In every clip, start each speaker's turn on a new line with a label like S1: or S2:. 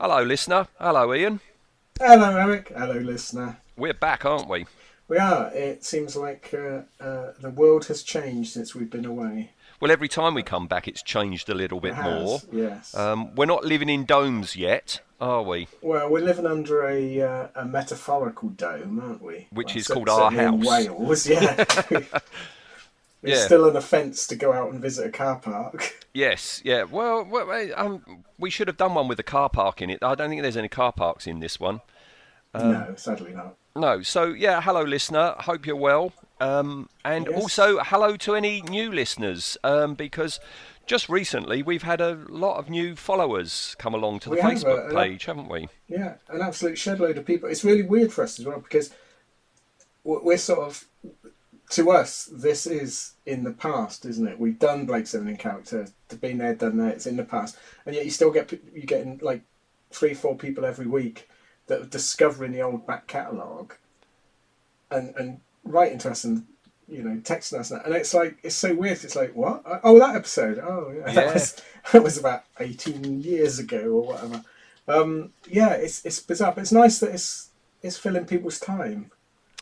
S1: Hello, listener. Hello, Ian.
S2: Hello, Eric. Hello, listener.
S1: We're back, aren't we?
S2: We are. It seems like uh, uh, the world has changed since we've been away.
S1: Well, every time we come back, it's changed a little bit
S2: It has,
S1: more.
S2: Yes.
S1: Um, we're not living in domes yet, are we?
S2: well, we're living under a uh, a metaphorical dome, aren't we?
S1: Which
S2: Well,
S1: is
S2: cer-
S1: called our
S2: certainly in
S1: house.
S2: Wales, yeah. It's
S1: Yeah.
S2: still an offence to go out and visit a car park.
S1: Yes. Yeah. Well, well, well, um, we should have done one with a car park in it. I don't think there's any car parks in this one. Uh,
S2: no, sadly not.
S1: No. So yeah, hello, listener. Hope you're well. Um, and
S2: Yes.
S1: also hello to any new listeners um, because just recently we've had a lot of new followers come along to the
S2: We have,
S1: Facebook
S2: uh,
S1: page, haven't we?
S2: Yeah, an absolute shed load of people. It's really weird for us as well because w- we're sort of, to us, this is in the past, isn't it? We've done Blake Seven in character, to been there, done that. It's in the past, and yet you still get pe- you getting like three, four people every week that are discovering the old back catalogue, and and writing to us and you know texting us and, that. and it's like it's so weird. It's like what? Oh, that episode. Oh, yeah.
S1: Yeah.
S2: That, was, that was about eighteen years ago or whatever. Um, yeah, it's it's bizarre, but it's nice that it's it's filling people's time.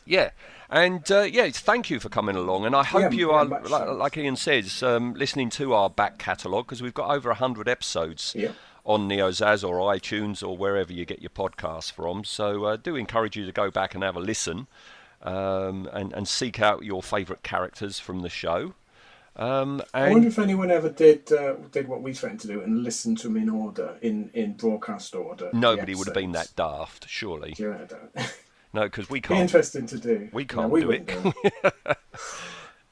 S1: Yeah, and uh, yeah, it's- thank you for coming along, and I hope
S2: Yeah,
S1: you
S2: very
S1: are,
S2: much
S1: like,
S2: so.
S1: like Ian says, um, listening to our back catalogue because we've got over hundred episodes
S2: Yeah.
S1: on NeoZaz or iTunes or wherever you get your podcasts from. So uh, do encourage you to go back and have a listen, um, and and seek out your favourite characters from the show. Um,
S2: I wonder
S1: and
S2: if anyone ever did uh, did what we threatened to do and listen to them in order, in, in broadcast order. the
S1: nobody would have been that
S2: episodes.
S1: daft, surely.
S2: Yeah, I don't-
S1: No, because we
S2: Be
S1: can't.
S2: interesting to do.
S1: Oh. We
S2: No,
S1: can't do
S2: wouldn't
S1: it.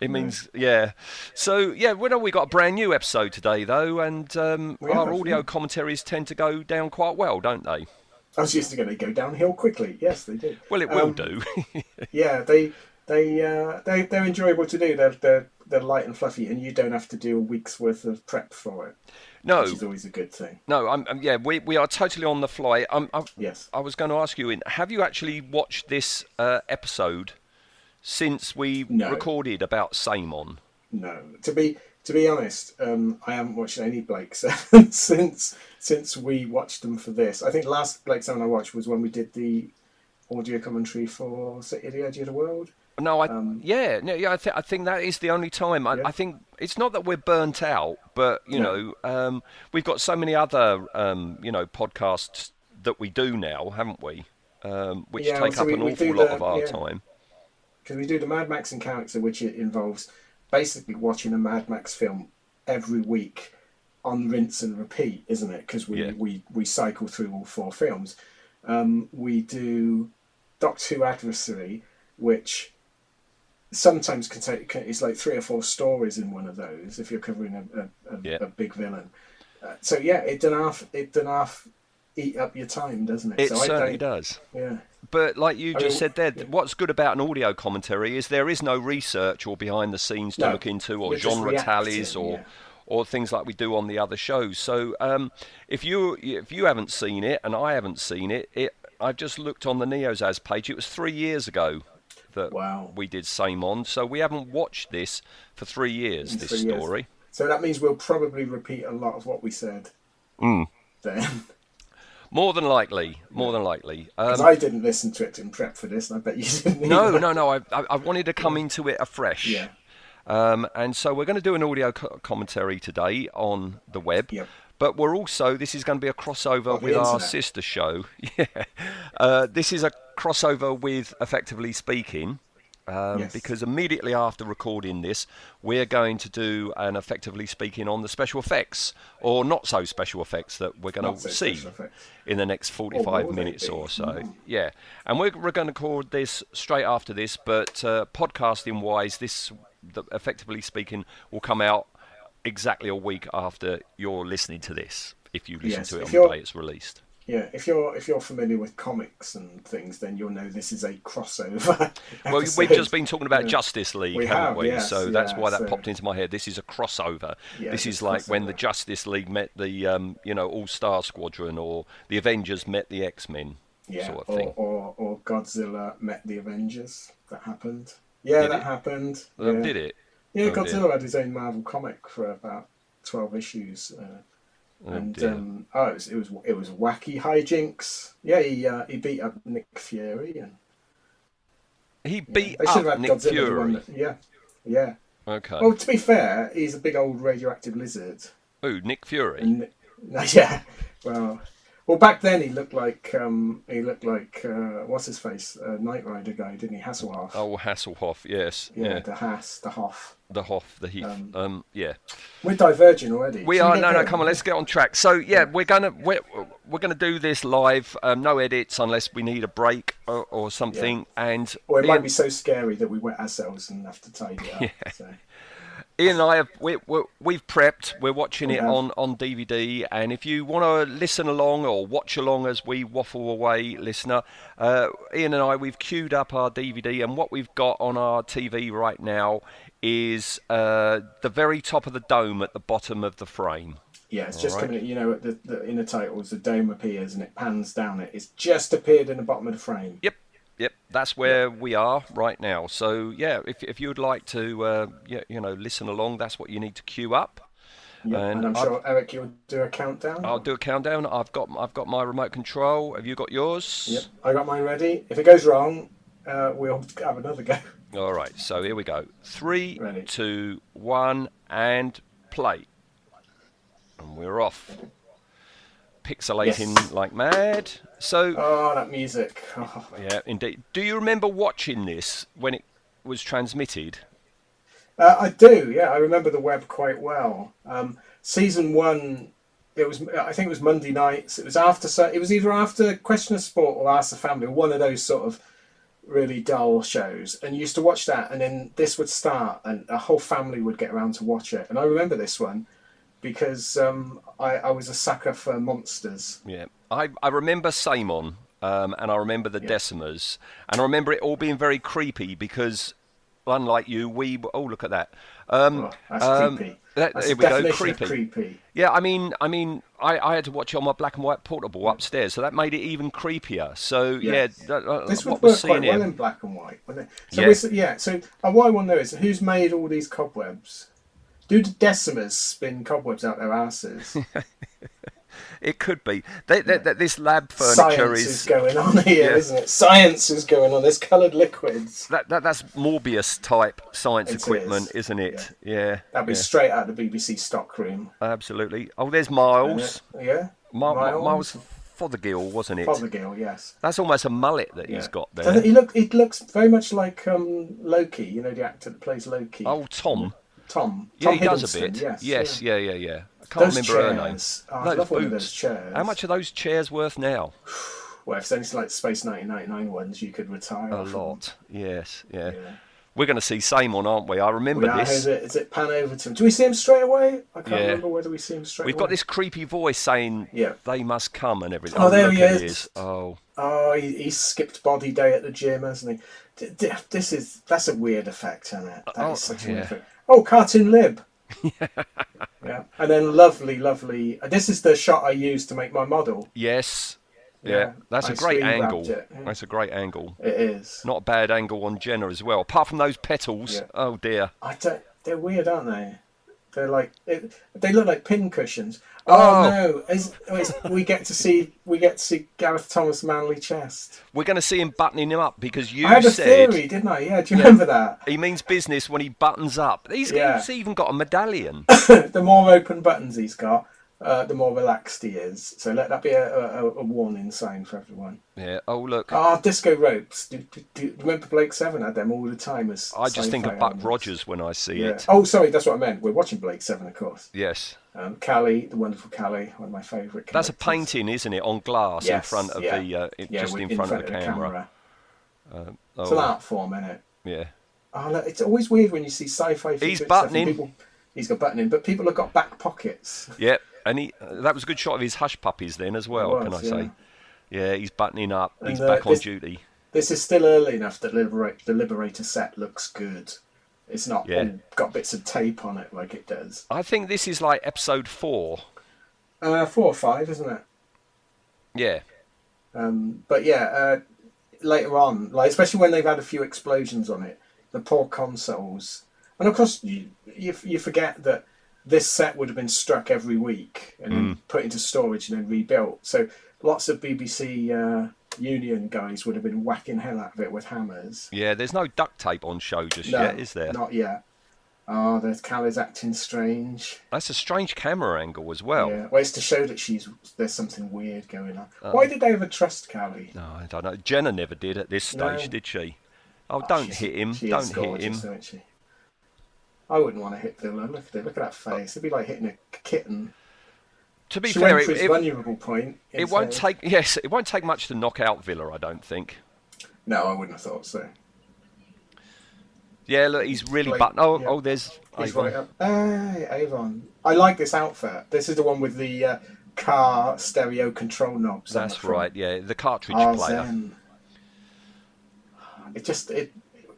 S1: It means, yeah. So, yeah, we know we got a brand new episode today, though, and um,
S2: We
S1: our
S2: have,
S1: audio
S2: yeah.
S1: commentaries tend to go down quite well, don't they?
S2: I was used to going to go downhill quickly. Yes, they did.
S1: Well, it will
S2: Um,
S1: do.
S2: Yeah, they they uh, they they're enjoyable to do. They're, they're they're light and fluffy, and you don't have to do a week's worth of prep for it, which
S1: no,
S2: is always a good thing.
S1: no, I'm, I'm- yeah, we, we are totally on the fly. I'm, i
S2: Yes.
S1: I was going to ask you, Ian, have you actually watched this uh, episode since we
S2: No.
S1: recorded about Samon?
S2: No, to be to be honest, um, I haven't watched any Blake Seven since since we watched them for this. I think last Blake Seven I watched was when we did the audio commentary for City of the Edge of the World.
S1: No, I yeah, no, yeah. I, th- I think that is the only time. I,
S2: Um, Yeah.
S1: I think it's not that we're burnt out, but you
S2: No.
S1: know, um, we've got so many other um, you know podcasts that we do now, haven't we? Um, which
S2: Yeah,
S1: take
S2: so
S1: up
S2: we-
S1: an
S2: we
S1: awful
S2: do
S1: lot
S2: the-
S1: of our
S2: yeah.
S1: time.
S2: because we do the Mad Max in character, which it involves basically watching a Mad Max film every week on rinse and repeat, isn't it? Because we,
S1: Yeah.
S2: we we cycle through all four films. Um, we do Doctor Who Adversary, which sometimes can take can, it's like three or four stories in one of those if you're covering a, a, a,
S1: Yeah.
S2: a big villain. Uh, so yeah, it done half it done half eat up your time, doesn't it?
S1: It
S2: so
S1: certainly
S2: I don't,
S1: does.
S2: Yeah.
S1: But like you
S2: I
S1: just
S2: mean,
S1: said there,
S2: yeah.
S1: what's good about an audio commentary is there is no research or behind the scenes to
S2: No,
S1: look into or
S2: you're just
S1: genre tallies
S2: reacting,
S1: or
S2: yeah.
S1: or things like we do on the other shows. So um, if you if you haven't seen it and I haven't seen it, it I've just looked on the Neozaz page. It was three years ago that
S2: Wow.
S1: we did Same On, so we haven't watched this for three years.
S2: in
S1: this
S2: three years.
S1: story.
S2: So that means we'll probably repeat a lot of what we said
S1: Hmm.
S2: then.
S1: More than likely, more than likely.
S2: 'Cause
S1: Um,
S2: I didn't listen to it in prep for this, and I bet you didn't.
S1: no,
S2: either.
S1: no, no. I, I, I wanted to come into it afresh.
S2: Yeah.
S1: Um, and so we're going to do an audio co- commentary today on the web.
S2: Yep.
S1: But we're also, this is going to be a crossover
S2: the
S1: with our
S2: internet.
S1: sister show. yeah. Uh, this is a crossover with Effectively Speaking. Um,
S2: Yes.
S1: Because immediately after recording this, we're going to do an effectively speaking on the special effects or not so special effects that we're going
S2: Not
S1: to
S2: so
S1: see
S2: special effects.
S1: in the next
S2: Or
S1: 45
S2: will they
S1: minutes
S2: be?
S1: or so.
S2: Mm.
S1: Yeah. And we're, we're going to record this straight after this, but uh, podcasting wise, this, the, effectively speaking, will come out exactly a week after you're listening to this, if you listen
S2: Yes,
S1: to it
S2: if
S1: on
S2: you're-
S1: the day it's released.
S2: Yeah, if you're if you're familiar with comics and things, then you'll know this is a crossover.
S1: Well,
S2: episode.
S1: we've just been talking about
S2: Yeah.
S1: Justice League,
S2: We
S1: haven't
S2: have,
S1: we?
S2: yes,
S1: so that's
S2: yeah,
S1: why that
S2: so-
S1: popped into my head. This is a crossover.
S2: Yeah,
S1: this
S2: it's
S1: is
S2: a
S1: like when the
S2: crossover.
S1: Justice League met the, um, you know, All Star Squadron, or the Avengers met the X Men,
S2: yeah,
S1: sort of
S2: or,
S1: thing.
S2: or or Godzilla met the Avengers. That happened. Yeah,
S1: Did
S2: that
S1: it?
S2: happened.
S1: Well,
S2: yeah.
S1: Did it?
S2: Yeah,
S1: Oh,
S2: Godzilla
S1: dear.
S2: had his own Marvel comic for about twelve issues, uh,
S1: Oh,
S2: and
S1: dear.
S2: um, oh, it was, it was it was wacky hijinks. Yeah, he uh, he beat up Nick Fury, and
S1: he beat
S2: they should have
S1: up
S2: had
S1: Nick
S2: Godzilla. the one
S1: Fury.
S2: that- yeah, yeah.
S1: Okay.
S2: Well, to be fair, he's a big old radioactive lizard.
S1: Who? Nick Fury.
S2: And no, yeah, well, well, back then he looked like um, he looked like uh, what's his face, uh, Knight Rider guy, didn't he? Hasselhoff.
S1: Oh, Hasselhoff. Yes.
S2: yeah,
S1: Yeah.
S2: the Hass, the Hoff.
S1: The Hoff. The Heath. Um,
S2: Um,
S1: yeah.
S2: We're diverging already.
S1: We
S2: Should
S1: are
S2: get
S1: no, no.
S2: going?
S1: Come on, let's get on track. So yeah, we're gonna we're, we're gonna do this live. Um, no edits unless we need a break or, or something. And
S2: Or it
S1: Ian,
S2: might be so scary that we wet ourselves and have to tidy it up. So.
S1: Ian and I have we, we we've prepped. We're watching it
S2: have.
S1: on on DVD. And if you want to listen along or watch along as we waffle away, listener, uh, Ian and I we've queued up our DVD. And what we've got on our TV right now is uh, the very top of the dome at the bottom of the frame.
S2: Yeah, it's just
S1: All right.
S2: coming. You know, at the, the inner titles, the dome appears and it pans down. It. It's just appeared in the bottom of the frame.
S1: Yep, yep. That's where we are right now. So yeah, if if you would like to, uh, yeah, you know, listen along, that's what you need to queue up.
S2: Yeah,
S1: And
S2: and, I'm
S1: I've-
S2: sure Eric, you'll do a countdown.
S1: I'll do a countdown. I've got I've got my remote control. Have you got yours?
S2: Yep, I got mine ready. If it goes wrong, uh, we'll have another go.
S1: All right. So here we go. Three, two, one,
S2: Ready.
S1: and play. And we're off. Pixelating
S2: Yes.
S1: like mad. So
S2: Oh, that music. Oh.
S1: yeah, indeed. Do you remember watching this when it was transmitted?
S2: Uh, I do, yeah. I remember the web quite well. Um, season one, it was. I think it was Monday nights. It was after. so It was either after Question of Sport or Ask the Family, one of those sort of really dull shows. And you used to watch that, and then this would start, and a whole family would get around to watch it. And I remember this one because um, I, I was a sucker for monsters.
S1: Yeah, I, I remember Samon, um, and I remember the Decimers, and I remember it all being very creepy because, unlike you, we w- oh look at that. Um,
S2: Oh, that's
S1: um,
S2: creepy.
S1: that-
S2: that's
S1: here
S2: the
S1: we go,
S2: definition of
S1: creepy.
S2: creepy.
S1: Yeah, I mean, I mean, I, I had to watch it on my black and white portable upstairs, so that made it even creepier. So yeah,
S2: Yes.
S1: that, uh,
S2: This would
S1: what we're
S2: work
S1: seeing
S2: quite well
S1: here.
S2: in black and white, wouldn't it? So
S1: Yeah.
S2: yeah. We're, yeah. So uh, what I want to know is who's made all these cobwebs? Do the Decimers spin cobwebs out their asses?
S1: It could be that that that this lab furniture
S2: Science is,
S1: is.
S2: going on here,
S1: Yeah.
S2: not it? Science is going on. There's coloured liquids.
S1: That, that that's Morbius type science
S2: It
S1: equipment, is.
S2: is.
S1: not it? Yeah,
S2: That'd be
S1: yeah,
S2: straight out of the BBC stockroom.
S1: absolutely. Oh, there's
S2: uh,
S1: Miles,
S2: Yeah.
S1: Miles,
S2: Miles?
S1: Miles Fothergill, wasn't it?
S2: Fothergill, yes.
S1: That's almost a mullet that he's
S2: Yeah.
S1: got
S2: Doesn't
S1: there.
S2: He look. It looks very much like um, Loki. You know the actor that plays Loki.
S1: Oh, Tom.
S2: Tom.
S1: Yeah,
S2: Tom
S1: he does a
S2: Hiddleston,
S1: bit.
S2: Yes. yeah.
S1: yeah, yeah, yeah. I can't
S2: Those
S1: remember her name.
S2: chairs. Oh, I love one of those chairs.
S1: How much are those chairs worth now?
S2: Well, if there's like Space 1999 ones, you could retire.
S1: A
S2: off them.
S1: lot. Yes, yeah.
S2: Yeah.
S1: We're going to see Samon, aren't we? I remember
S2: We are,
S1: this.
S2: is, it, is it pan over to him? Do we see him straight away? I can't
S1: Yeah.
S2: remember whether we see him straight
S1: We've
S2: away.
S1: got this creepy voice saying
S2: Yeah.
S1: they must come and everything.
S2: Oh, there
S1: look,
S2: he
S1: here
S2: is.
S1: Oh,
S2: Oh, he, he skipped body day at the gym, hasn't he? D- d- This is that's a weird effect, isn't it? That is
S1: Oh,
S2: such a weird
S1: yeah.
S2: effect. Oh, cartoon lib. yeah, and then lovely, lovely. uh, This is the shot I used to make my model.
S1: yes. Yeah,
S2: Yeah,
S1: that's a
S2: I
S1: great
S2: screen-grabbed
S1: angle.
S2: it, yeah.
S1: That's a great angle.
S2: It is.
S1: Not a bad angle on Jenna as well. Apart from those petals.
S2: Yeah.
S1: Oh dear.
S2: I don't. They're weird, aren't they? They're like it, they look like pin cushions.
S1: Oh.
S2: Oh, no! It's, it's, we get to see we get to see Gareth Thomas manly chest.
S1: We're going to see him buttoning him up because you
S2: I had a
S1: said
S2: theory, didn't I? Yeah, do you remember that?
S1: He means business when he buttons up. He's,
S2: Yeah.
S1: he's even got a medallion.
S2: the more open buttons he's got, uh, the more relaxed he is. So let that be a, a, a warning sign for everyone.
S1: yeah. Oh look,
S2: Ah, disco ropes. Do, do, do, remember Blake Seven had them all the time as.
S1: I just think
S2: sci-fi
S1: of Buck
S2: elements.
S1: Rogers when I see
S2: Yeah.
S1: it.
S2: Oh, sorry, that's what I meant. We're watching Blake Seven, of course.
S1: Yes,
S2: Um, Callie, the wonderful Callie, one of my favourite.
S1: that's a
S2: characters.
S1: painting, isn't it, on glass in
S2: Yes,
S1: front of
S2: yeah.
S1: the uh, it-
S2: Yeah,
S1: just
S2: with-
S1: in front, of the camera. Oh,
S2: It's an art form, isn't it?
S1: yeah.
S2: Oh, look, it's always weird when you see sci-fi.
S1: He's
S2: feature stuff and
S1: buttoning.
S2: People... he's got buttoning, but people have got back pockets.
S1: Yep, and he uh, that was a good shot of his hush puppies then as well.
S2: was,
S1: can I
S2: yeah.
S1: say? Yeah, he's buttoning up.
S2: And,
S1: he's
S2: uh,
S1: back on
S2: this-
S1: duty.
S2: This is still early enough that Liberate, the Liberator set looks good. It's not
S1: Yeah.
S2: all got bits of tape on it like it does.
S1: I think this is like episode four.
S2: Uh, four or five, isn't it?
S1: Yeah,
S2: Um, but yeah, uh, later on, like especially when they've had a few explosions on it, the poor consoles, and of course you you, you forget that this set would have been struck every week and
S1: Mm.
S2: then put into storage and then rebuilt. So lots of BBC uh, Union guys would have been whacking hell out of it with hammers.
S1: yeah. There's no duct tape on show just
S2: No,
S1: yet, is there?
S2: Not yet. Oh, there's Cal is acting strange.
S1: That's a strange camera angle as well.
S2: Yeah, well, it's to show that she's there's something weird going on.
S1: Oh.
S2: Why did they ever trust Callie?
S1: No, I don't know. Jenna never did at this
S2: No.
S1: stage, did she? Oh, don't
S2: She's-
S1: hit him!
S2: she
S1: Don't
S2: is
S1: hit
S2: gorgeous,
S1: him!
S2: Isn't she? I wouldn't want to hit Villa. Look at it. Look at that face. It'd be like hitting a kitten.
S1: To be
S2: she
S1: fair,
S2: went
S1: it,
S2: for his
S1: it,
S2: vulnerable point.
S1: it won't
S2: instead.
S1: take. Yes, it won't take much to knock out Villa. I don't think.
S2: No, I wouldn't have thought so.
S1: Yeah, look, he's really
S2: Blake,
S1: button. Oh,
S2: yeah.
S1: oh, there's
S2: He's
S1: Avon.
S2: right up. Hey, Avon. I like this outfit. This is the one with the uh, car stereo control knobs. on the
S1: That's
S2: front.
S1: right. Yeah, the cartridge
S2: Ah,
S1: player.
S2: Zen. It just it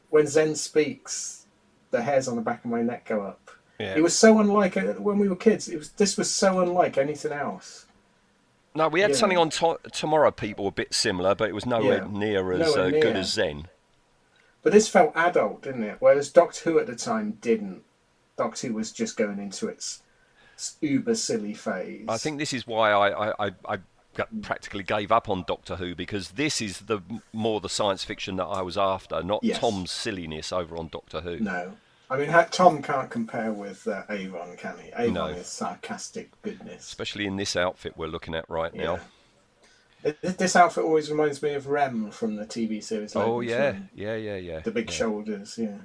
S2: when Zen speaks, the hairs on the back of my neck go up.
S1: Yeah.
S2: It was so unlike uh, when we were kids. It was this was so unlike anything else.
S1: No, we had
S2: Yeah.
S1: something on to- tomorrow. People a bit similar, but it was nowhere
S2: Yeah.
S1: near as
S2: Nowhere
S1: uh,
S2: near.
S1: good as Zen.
S2: But this felt adult, didn't it? Whereas Doctor Who at the time didn't. Doctor Who was just going into its s- uber silly phase.
S1: I think this is why I I, I, I got, practically gave up on Doctor Who because this is the more the science fiction that I was after, not
S2: Yes.
S1: Tom's silliness over on Doctor Who.
S2: no. I mean, ha- Tom can't compare with uh, Avon, can he? Avon
S1: No.
S2: is sarcastic goodness.
S1: Especially in this outfit we're looking at right now.
S2: Th- th- This outfit always reminds me of Rem from the TV series.
S1: Oh
S2: Logan's
S1: yeah,
S2: Run.
S1: yeah, yeah, yeah.
S2: the big
S1: yeah.
S2: shoulders. Yeah,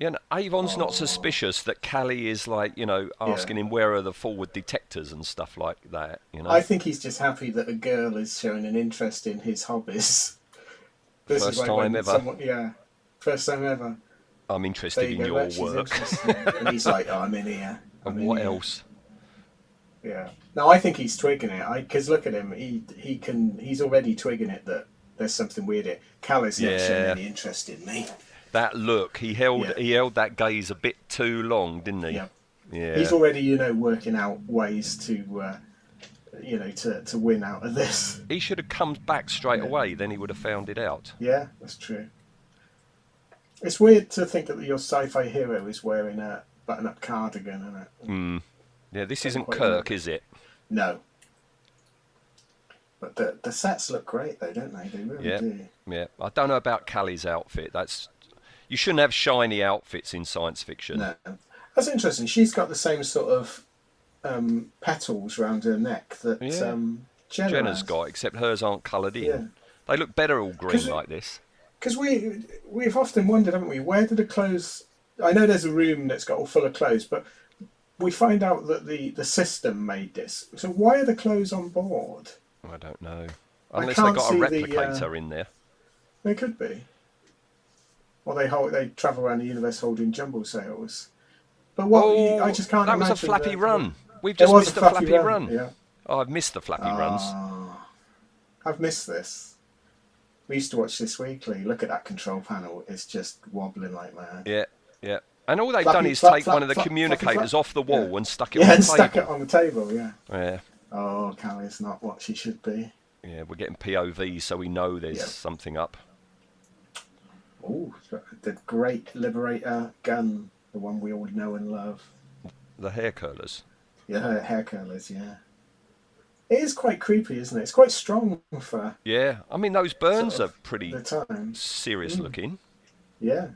S1: Yeah, and Avon's
S2: Oh.
S1: not suspicious that Callie is like you know asking him where are the forward detectors and stuff like that. You know,
S2: I think he's just happy that a girl is showing an interest in his hobbies.
S1: First
S2: like
S1: time
S2: when
S1: ever.
S2: someone- yeah, first time ever.
S1: I'm
S2: There
S1: interested
S2: you
S1: in
S2: go.
S1: your
S2: look, she's
S1: work.
S2: interested. and he's like, oh, I'm in here. I'm
S1: and
S2: in
S1: what
S2: here."
S1: else?
S2: Yeah. No, I think he's twigging it. I because look at him. He he can. He's already twigging it that there's something weird. It. Cal is not showing
S1: Yeah.
S2: any interest in me.
S1: That look, he held
S2: Yeah.
S1: he held that gaze a bit too long, didn't he?
S2: Yeah.
S1: Yeah.
S2: He's already, you know, working out ways to, uh, you know, to to win out of this.
S1: He should have come back straight away, then he would have found it out.
S2: Yeah, that's true. It's weird to think that your sci-fi hero is wearing a button-up cardigan, isn't it?
S1: Yeah, this isn't
S2: quite
S1: Kirk, is it?
S2: No. But the the sets look great though, don't they? They really
S1: Yeah.
S2: do.
S1: Yeah. I don't know about Callie's outfit. That's you shouldn't have shiny outfits in science fiction.
S2: No. That's interesting. She's got the same sort of um, petals round her neck that
S1: Yeah.
S2: um, Jenna
S1: Jenna's
S2: has.
S1: got, except hers aren't coloured in.
S2: Yeah.
S1: They look better all green
S2: Because-
S1: like this.
S2: Because we we've often wondered, haven't we, where do the clothes? I know there's a room that's got all full of clothes, but we find out that the the system made this. So why are the clothes on board?
S1: I don't know.
S2: I
S1: Unless they
S2: can't
S1: got a
S2: see the, uh,
S1: replicator in there.
S2: They could be. Well, they hold they travel around the universe holding jumbo sails. But what
S1: oh,
S2: I just can't.
S1: that was a
S2: imagine
S1: flappy
S2: the-
S1: run. We've
S2: There
S1: just
S2: was
S1: missed
S2: a
S1: a
S2: flappy, run. Yeah.
S1: Oh, I've missed the flappy runs.
S2: Ah. I've missed this. We used to watch this weekly. Look at that control panel; it's just wobbling like mad.
S1: Yeah, yeah. And all they've
S2: Flappy,
S1: done is
S2: flap,
S1: take
S2: flap,
S1: one of the
S2: flap, flappy,
S1: communicators
S2: flap.
S1: off the wall and stuck it
S2: Yeah,
S1: on
S2: and
S1: the
S2: stuck it
S1: table.
S2: on the table. Yeah.
S1: Yeah,
S2: Oh, Callie's not what she should be.
S1: yeah. We're getting POV, so we know there's
S2: Yeah.
S1: something up.
S2: Oh, the great liberator gun, the one we all know and love.
S1: The hair curlers.
S2: Yeah, her hair curlers, yeah. It is quite creepy, isn't it? It's quite strong for
S1: Yeah, I mean those burns
S2: Sort of mm.
S1: are pretty
S2: the time.
S1: serious looking.
S2: Yeah.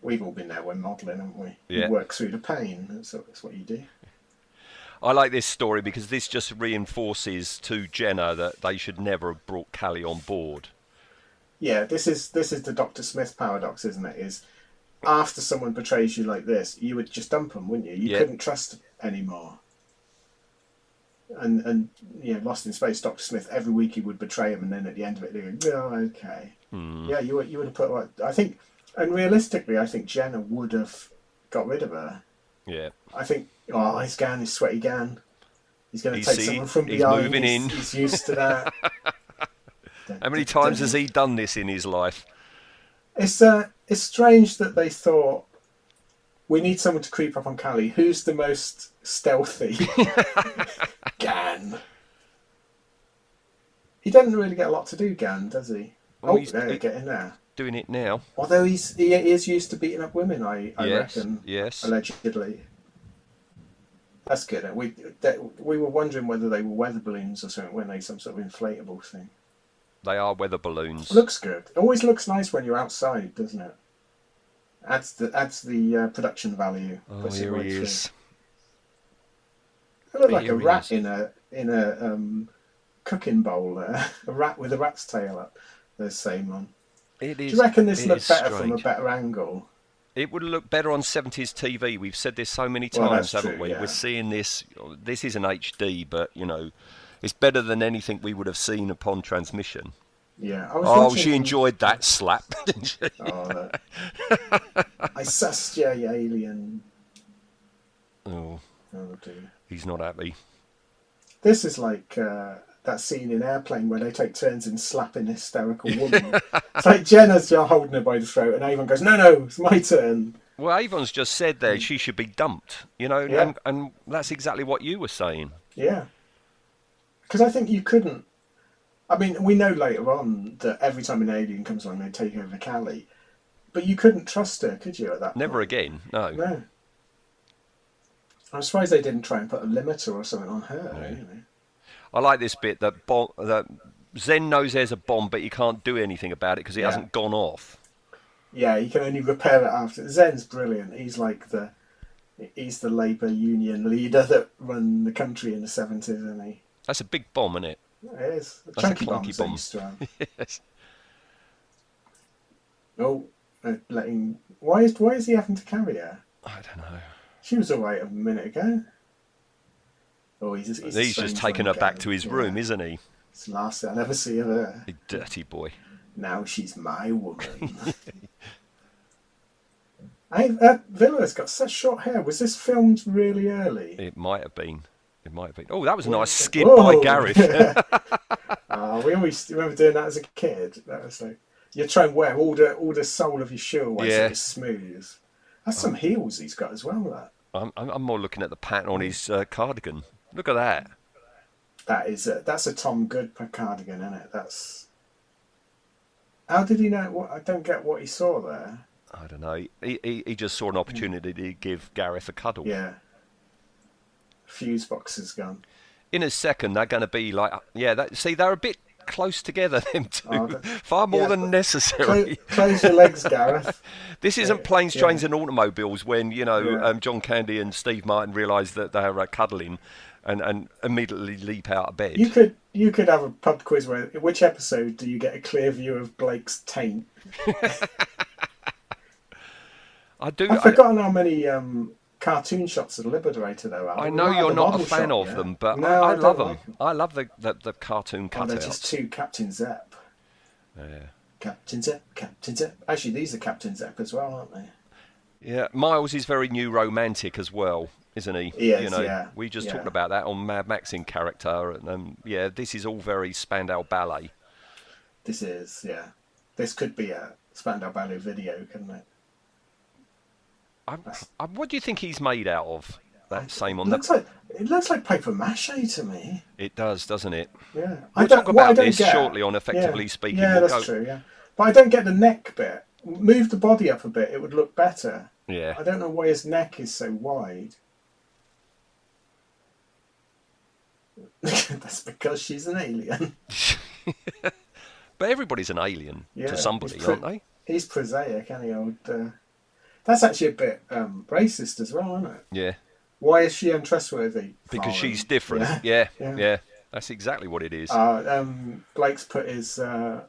S2: We've all been there when modelling, haven't we?
S1: Yeah.
S2: You work through the pain, that's, that's what you do.
S1: I like this story because this just reinforces to Jenna that they should never have brought Callie on board.
S2: Yeah, this is this is the Doctor Smith paradox, isn't it? Is after someone betrays you like this, you would just dump them, wouldn't you? You
S1: Yeah.
S2: couldn't trust 'em anymore. And and you know, Lost in Space, Doctor Smith, every week he would betray him, and then at the end of it, they go, "Oh,
S1: Hmm.
S2: okay, yeah, you would you would have put." Like, I think, and realistically, I think Jenna would have got rid of her.
S1: Yeah.
S2: I think, oh, he's Gan, he's sweaty Gan. He's going to
S1: He's
S2: take
S1: seen-
S2: someone from
S1: he's
S2: behind.
S1: moving
S2: he's,
S1: in.
S2: he's used to that.
S1: How many times has he done this in his life?
S2: It's uh, it's strange that they thought we need someone to creep up on Callie. Who's the most stealthy? Gan. He doesn't really get a lot to do, Gan, does he?
S1: Well,
S2: oh,
S1: he's-
S2: there
S1: he-
S2: we get in there.
S1: Doing it now.
S2: Although he's he is used to beating up women, I, I
S1: yes.
S2: reckon
S1: Yes.
S2: allegedly. That's good. We that, we were wondering whether they were weather balloons or something, weren't they? Some sort of inflatable thing.
S1: They are weather balloons.
S2: Looks good. Always looks nice when you're outside, doesn't it? Adds the adds the uh, production value.
S1: oh,
S2: Puts it
S1: here
S2: right
S1: he
S2: through.
S1: is.
S2: It looked like a
S1: Here he
S2: rat
S1: is.
S2: in a in a um, cooking bowl there. a rat with a rat's tail up. The same one.
S1: It
S2: Do
S1: is.
S2: you reckon this
S1: it
S2: looked
S1: is
S2: better from a
S1: strange.
S2: better angle?
S1: It would look better on 70s TV. We've said this so many
S2: Well,
S1: times,
S2: that's
S1: haven't
S2: true,
S1: we?
S2: yeah.
S1: We're seeing this. This is an HD, but you know, it's better than anything we would have seen upon transmission.
S2: Yeah. I was
S1: Oh,
S2: watching-
S1: she enjoyed that slap, didn't she?
S2: Oh, look. I sussed you, you alien.
S1: Oh,
S2: Oh, dear.
S1: he's not happy.
S2: This is like uh, that scene in Airplane where they take turns in slapping hysterical woman. it's like Jenna's just holding her by the throat, and Avon goes, "No, no, it's my turn."
S1: Well, Avon's just said there she should be dumped, you know,
S2: Mm. Yeah.
S1: and, and that's exactly what you were saying.
S2: Yeah, because I think you couldn't. I mean, we know later on that every time an alien comes along, they take over Callie, but you couldn't trust her, could you? At that
S1: Never
S2: point?
S1: again, no.
S2: No. I'm surprised they didn't try and put a limiter or something on her. You know.
S1: I like this bit that, bom- that Zen knows there's a bomb, but he can't do anything about it because it
S2: Yeah.
S1: hasn't gone off.
S2: Yeah, you can only repair it after. Zen's brilliant. He's like the he's the Labour Union leader that run the country in the seventies, isn't he?
S1: That's a big bomb, isn't it?
S2: It is.
S1: a
S2: Chunky
S1: clunky
S2: bombs
S1: bomb.
S2: bomb. used to have.
S1: yes.
S2: Oh, they're letting why is why is he having to carry her?
S1: I don't know.
S2: She was all right a minute ago. Oh, he's just, he's, a
S1: He's just
S2: strange
S1: taken her
S2: one
S1: back
S2: again.
S1: to his
S2: Yeah.
S1: room, isn't he?
S2: It's the last thing I'll ever see of her.
S1: You dirty boy.
S2: Now she's my woman. I, uh, Villa's got such short hair. Was this filmed really early?
S1: It might have been. It might have been. Oh, that was a nice skid by
S2: Whoa.
S1: Gareth.
S2: Ah, we always remember doing that as a kid. That was like you try and wear all the all the sole of your shoe away so
S1: Yeah.
S2: it's smooth. That's some heels he's got as well. That
S1: I'm, I'm, I'm more looking at the pattern on his uh, cardigan. Look at that.
S2: that is a, that's a Tom Good p- cardigan, isn't it? That's how did he know? What I don't get what he saw there.
S1: I don't know. He, he, he just saw an opportunity to give Gareth a cuddle.
S2: Yeah, fuse box is gone.
S1: In a second, they're going to be like, yeah. That, see, they're a bit close together. Them two,
S2: Oh, that-
S1: far more
S2: yeah,
S1: than
S2: but-
S1: necessary.
S2: Close, close your legs, Gareth.
S1: This isn't planes,
S2: yeah.
S1: trains, and automobiles when you know
S2: Yeah.
S1: um, John Candy and Steve Martin realise that they are uh, cuddling, and, and immediately leap out of bed.
S2: You could you could have a pub quiz where which episode do you get a clear view of Blake's taint?
S1: I do.
S2: I've
S1: I-
S2: forgotten how many um, cartoon shots of the Liberator there are.
S1: I
S2: We
S1: know
S2: haven't
S1: you're
S2: had the
S1: not a
S2: model
S1: fan
S2: shot
S1: of
S2: yet.
S1: them, but
S2: No,
S1: I, I,
S2: don't
S1: love them.
S2: like
S1: I love the the, the cartoon
S2: Oh, they're
S1: cutouts.
S2: just two Captain Zep.
S1: yeah.
S2: Captain Zep, Captain Zep. Actually, these are Captain Zep as well, aren't they?
S1: yeah, Miles is very new romantic as well, isn't he?
S2: He
S1: you
S2: is,
S1: know,
S2: yeah,
S1: we just
S2: yeah.
S1: talked about that on Mad Max in character, and um, yeah, this is all very Spandau Ballet.
S2: This is, yeah. This could be a Spandau Ballet video, couldn't it?
S1: I, I, what do you think he's made out of? That same on
S2: looks
S1: the
S2: like it looks like paper mache to me.
S1: it does, doesn't it?
S2: Yeah,
S1: We'll
S2: I don't,
S1: talk
S2: what I
S1: about
S2: don't
S1: this
S2: get-
S1: shortly on Effectively Speaking.
S2: Yeah,
S1: We'll
S2: that's
S1: go-
S2: true. Yeah, but I don't get the neck bit. Move the body up a bit; it would look better.
S1: Yeah,
S2: I don't know why his neck is so wide. That's because she's an alien.
S1: but everybody's an alien
S2: Yeah,
S1: to
S2: it's
S1: somebody,
S2: pre-
S1: aren't they?
S2: He's prosaic, any old. Uh... That's actually a bit um, racist as well, isn't it?
S1: Yeah,
S2: Why is she untrustworthy?
S1: because
S2: Farland.
S1: she's different. Yeah.
S2: Yeah.
S1: Yeah.
S2: Yeah.
S1: that's exactly what it is.
S2: Uh, um, Blake's put his uh,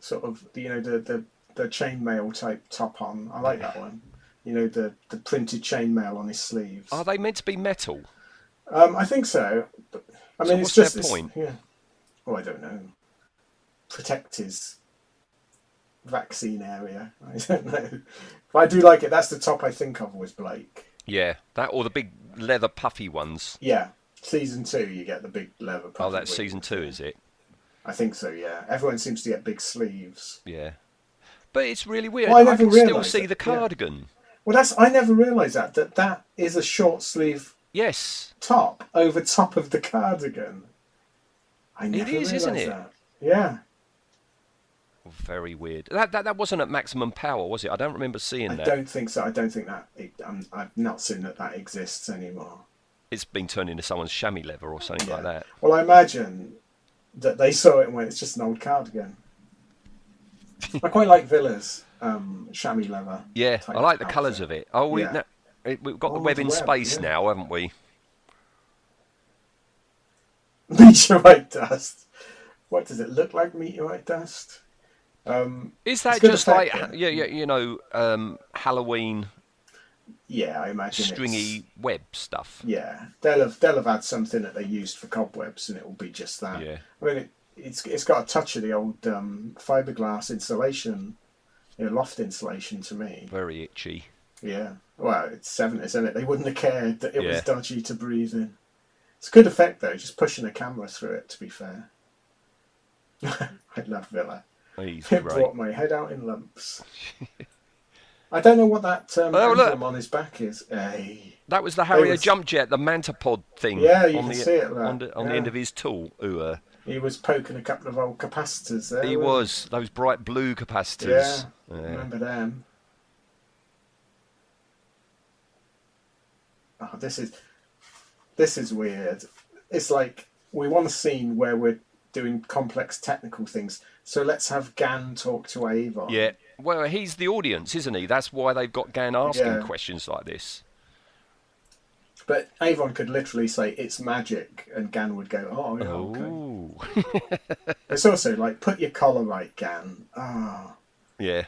S2: sort of you know the the, the chainmail type top on. I like that one. You know the the printed chainmail on his sleeves.
S1: Are they meant to be metal?
S2: Um, I think so. But- I
S1: So
S2: mean,
S1: what's
S2: it's
S1: their
S2: just it's-
S1: point?
S2: yeah. Oh, I don't know. Protect his vaccine area. I don't know. But I do like it. That's the top I think of was Blake.
S1: Yeah, that or the big leather puffy ones.
S2: Yeah. Season two, you get the big leather.
S1: Oh,
S2: puffy
S1: that's
S2: wig.
S1: season two, is it?
S2: I think so. Yeah. Everyone seems to get big sleeves.
S1: Yeah. But it's really weird.
S2: Well, I
S1: I,
S2: never
S1: can still
S2: realised
S1: see
S2: it,
S1: the
S2: yeah.
S1: cardigan.
S2: Well, that's I never realised that that that is a short sleeve
S1: Yes.
S2: top over top of the cardigan. I never
S1: is,
S2: realised
S1: isn't it?
S2: that. Yeah.
S1: Very weird. That, that that wasn't at maximum power, was it? I don't remember seeing
S2: I
S1: that.
S2: don't think so. I don't think that it, um, I've not seen that that exists anymore.
S1: It's been turned into someone's chamois leather or something like that.
S2: Well, I imagine that they saw it and went, "It's just an old cardigan." I quite like Villa's um, chamois leather.
S1: Yeah,
S2: type
S1: I like the colours of
S2: outfit.
S1: it. Oh, we,
S2: Yeah.
S1: no, it- we've got
S2: Oh,
S1: the web
S2: the
S1: in
S2: web,
S1: space
S2: yeah.
S1: now, haven't we?
S2: Meteorite dust. What does it look like? Meteorite dust. Um,
S1: Is that
S2: good
S1: just like
S2: effect,
S1: ha-
S2: though.
S1: yeah, yeah, you know, um, Halloween
S2: yeah, I imagine
S1: stringy
S2: It's,
S1: web stuff?
S2: yeah, they'll have they'll have had something that they used for cobwebs, and it will be just that.
S1: Yeah.
S2: I mean, it, it's it's got a touch of the old um, fiberglass insulation, you know, loft insulation to me.
S1: Very itchy.
S2: Yeah. Well, it's seventies, isn't it? They wouldn't have cared that it
S1: Yeah.
S2: was dodgy to breathe in. It's a good effect though, just pushing the camera through it. To be fair, I love Villa.
S1: He's
S2: It
S1: great.
S2: brought my head out in lumps. I don't know what that um,
S1: Oh, look.
S2: emblem on his back is. Eh, Hey,
S1: That was the Harrier
S2: was-
S1: jump jet, the mantapod thing.
S2: Yeah, you
S1: on
S2: can
S1: the,
S2: see it there.
S1: on, the, on the
S2: Yeah.
S1: end of his tool. Ooh, uh,
S2: he was poking a couple of old capacitors there.
S1: he
S2: wasn't
S1: was those bright blue
S2: he?
S1: capacitors.
S2: Yeah, Mm-hmm.
S1: Yeah.
S2: remember them? Oh, this is this is weird. It's like we want a scene where we're doing complex technical things. So let's have Gan talk to Avon.
S1: Yeah. Well, he's the audience, isn't he? That's why they've got Gan asking
S2: Yeah.
S1: questions like this.
S2: But Avon could literally say it's magic, and Gan would go, "Oh, yeah, okay."
S1: Oh,
S2: It's also like, "Put your collar right, Gan." Ah,
S1: yeah.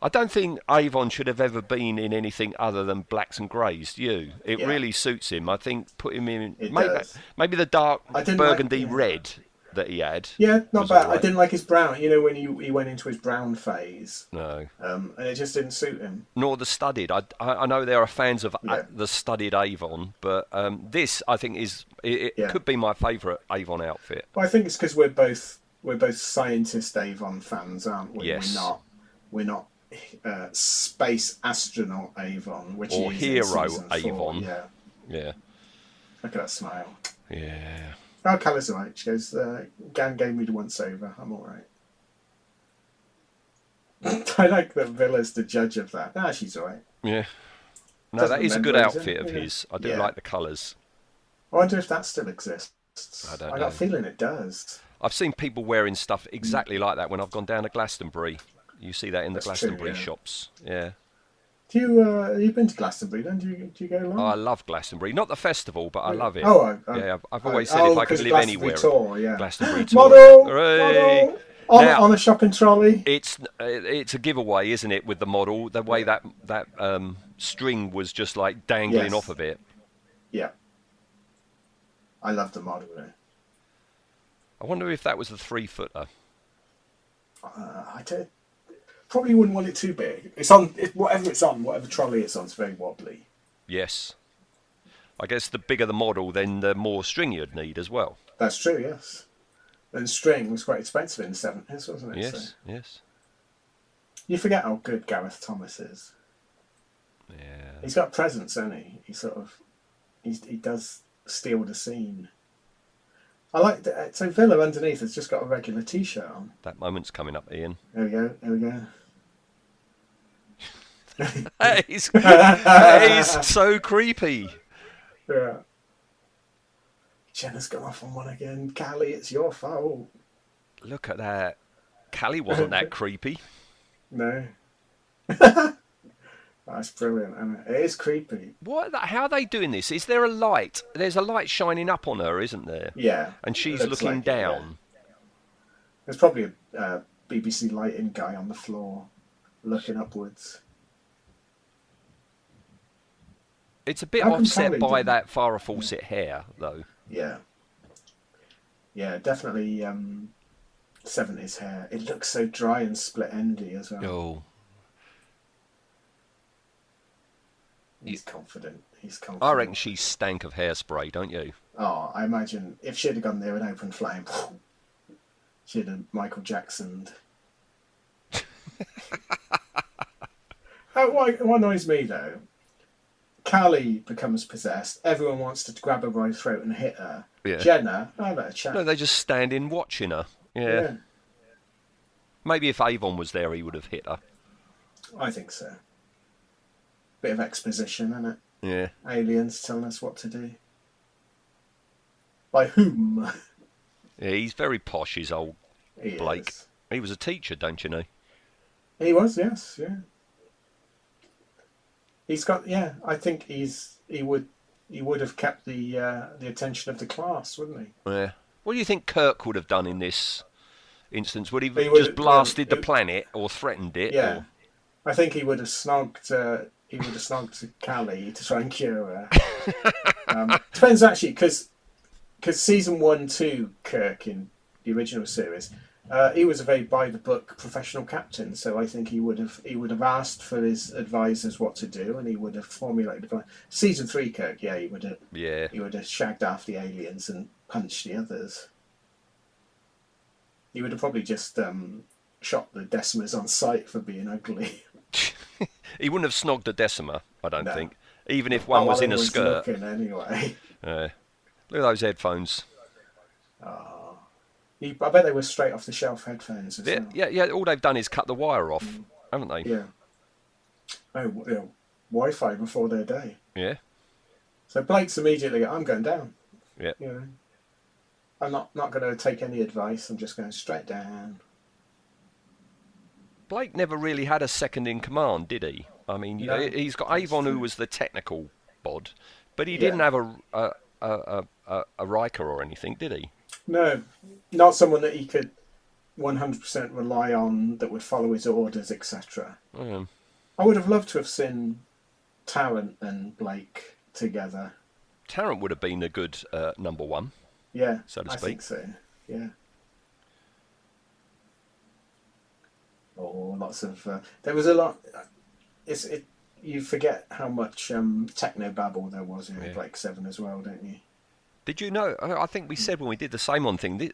S1: I don't think Avon should have ever been in anything other than blacks and greys. Do you? It
S2: Yeah.
S1: really suits him. I think put him in
S2: It
S1: maybe,
S2: does.
S1: maybe the dark
S2: I didn't like-
S1: burgundy
S2: yeah.
S1: red that he had.
S2: yeah,
S1: was
S2: not bad.
S1: alright.
S2: I didn't like his brown. You know when he he went into his brown phase,
S1: No.
S2: um, and it just didn't suit him.
S1: nor the studied. I, I I know there are fans of
S2: Yeah.
S1: uh the studied Avon, but um, this I think is it, it
S2: Yeah.
S1: could be my favourite Avon outfit.
S2: Well, I think it's because we're both we're both scientist Avon fans, aren't we?
S1: Yes.
S2: We're not we're not uh, space astronaut Avon, which
S1: Or
S2: is in
S1: hero
S2: season four,
S1: Avon.
S2: Yeah,
S1: Yeah,
S2: look at that smile.
S1: yeah.
S2: Oh, Callie's alright. She goes, uh, "Gan gave me the once over. I'm all right." I like that Villa's the judge of that. Ah, she's all right.
S1: Yeah. No,
S2: Doesn't
S1: that is a good
S2: remember, is
S1: outfit
S2: it?
S1: of
S2: Yeah.
S1: his. I do
S2: Yeah.
S1: like the colours.
S2: I wonder if that still exists.
S1: I don't
S2: I got
S1: know.
S2: a feeling it does.
S1: I've seen people wearing stuff
S2: Mm.
S1: exactly like that when I've gone down to Glastonbury. You see that in the
S2: That's true,
S1: Glastonbury
S2: yeah.
S1: shops. Yeah.
S2: Do you? Uh, you've been to Glastonbury? Then do you? Do you go along?
S1: I love Glastonbury. Not the festival, but I love it.
S2: Mm. Oh, I- I-
S1: yeah, I've, I've
S2: I-
S1: always said
S2: oh,
S1: if I could
S2: 'cause
S1: live
S2: Glastonbury
S1: anywhere,
S2: Tour, yeah.
S1: Glastonbury tour.
S2: Model,
S1: Hooray!
S2: model on,
S1: Now-
S2: on a shopping trolley.
S1: it's uh, it's a giveaway, isn't it, with the model? The way that that um, string was just like dangling
S2: Yes.
S1: off of it.
S2: Yeah, I love the model. There.
S1: I wonder if that was the three footer.
S2: Uh, I don't, probably wouldn't want it too big. It's on it, whatever it's on, whatever trolley it's on. It's very wobbly.
S1: Yes, I guess the bigger the model, then the more string you'd need as well.
S2: That's true. Yes, and string was quite expensive in the seventies, wasn't it?
S1: Yes, yes,
S2: you forget how good Gareth Thomas is.
S1: yeah.
S2: He's got presence, hasn't he? He sort of, he's, he does steal the scene. I like that. So Villa underneath has just got a regular T-shirt on.
S1: That moment's coming up, Ian.
S2: There we go. There we go.
S1: That is, that is so creepy.
S2: Yeah. Jenna's gone off on one again. Callie, it's your fault.
S1: Look at that. Callie wasn't that creepy.
S2: No. That's brilliant. isn't it? it is creepy.
S1: What? How are they doing this? Is there a light? There's a light shining up on her, isn't there?
S2: Yeah.
S1: And she's
S2: Looks
S1: looking
S2: like it, yeah.
S1: down.
S2: There's probably a uh, BBC lighting guy on the floor looking upwards.
S1: It's a bit
S2: How come
S1: offset
S2: Callie
S1: by
S2: didn't?
S1: that Farrah Fawcett hair, though.
S2: Yeah. Yeah, definitely um, seventies hair. It looks so dry and split endy as well.
S1: Oh,
S2: He's confident. He's confident.
S1: I reckon she stank of hairspray, don't you?
S2: Oh, I imagine if she'd have gone there in open flame, she'd have Michael Jacksoned. oh, what, what annoys me though, Callie becomes possessed. Everyone wants to grab her by the throat and hit her.
S1: Yeah.
S2: Jenna, I let her chat.
S1: No, they just stand in watching her. Yeah.
S2: yeah,
S1: Maybe if Avon was there, he would have hit her.
S2: I think so. Bit of exposition, isn't it?
S1: Yeah.
S2: aliens telling us what to do. By whom?
S1: yeah he's very posh, his old.
S2: He
S1: Blake.
S2: is.
S1: He was a teacher, don't you know?
S2: He was, yes, yeah. He's got, yeah. I think he's he would he would have kept the uh, the attention of the class, wouldn't he?
S1: Yeah. What do you think Kirk would have done in this instance? Would he
S2: He
S1: have
S2: would
S1: just
S2: have-
S1: blasted the
S2: it-
S1: planet or threatened it?
S2: Yeah.
S1: or-
S2: I think he would have snogged. Uh, he would have snogged Callie to try and cure her. um, depends actually, because because season one, two, Kirk in the original series, uh, he was a very by the book professional captain. So I think he would have he would have asked for his advisors what to do, and he would have formulated a plan. Season three, Kirk, yeah, he would have
S1: yeah.
S2: he would have shagged off the aliens and punched the others. He would have probably just um, shot the Decimers on sight for being ugly.
S1: He wouldn't have snogged a decimer, I don't
S2: No.
S1: think. Even if one
S2: Oh,
S1: was
S2: well,
S1: in a
S2: everyone's
S1: skirt.
S2: looking anyway.
S1: Yeah. Look at those headphones.
S2: You- I bet they were straight off the shelf headphones. As
S1: Yeah,
S2: well.
S1: yeah, yeah. All they've done is cut the wire off, haven't they?
S2: Yeah. Oh, w- yeah. Wi-Fi before their day.
S1: Yeah.
S2: So Blake's immediately, I'm going down.
S1: Yeah.
S2: You know, I'm not not going to take any advice. I'm just going straight down.
S1: Blake never really had a second in command, did he? I mean,
S2: No,
S1: he- he's got
S2: that's
S1: Avon, who
S2: true.
S1: was the technical bod, but he
S2: Yeah.
S1: didn't have a a, a, a a Riker or anything, did he?
S2: No, not someone that he could 100% rely on that would follow his orders, etc.
S1: Um,
S2: I would have loved to have seen Tarrant and Blake together.
S1: Tarrant would have been a good uh, number one.
S2: Yeah,
S1: So to
S2: I
S1: speak.
S2: think so. Yeah. Oh, lots of uh, there was a lot. It's it. You forget how much um, techno babble there was in
S1: Yeah.
S2: Blake Seven as well, don't you?
S1: Did you know? I I think we said when we did the Samon thing, thi-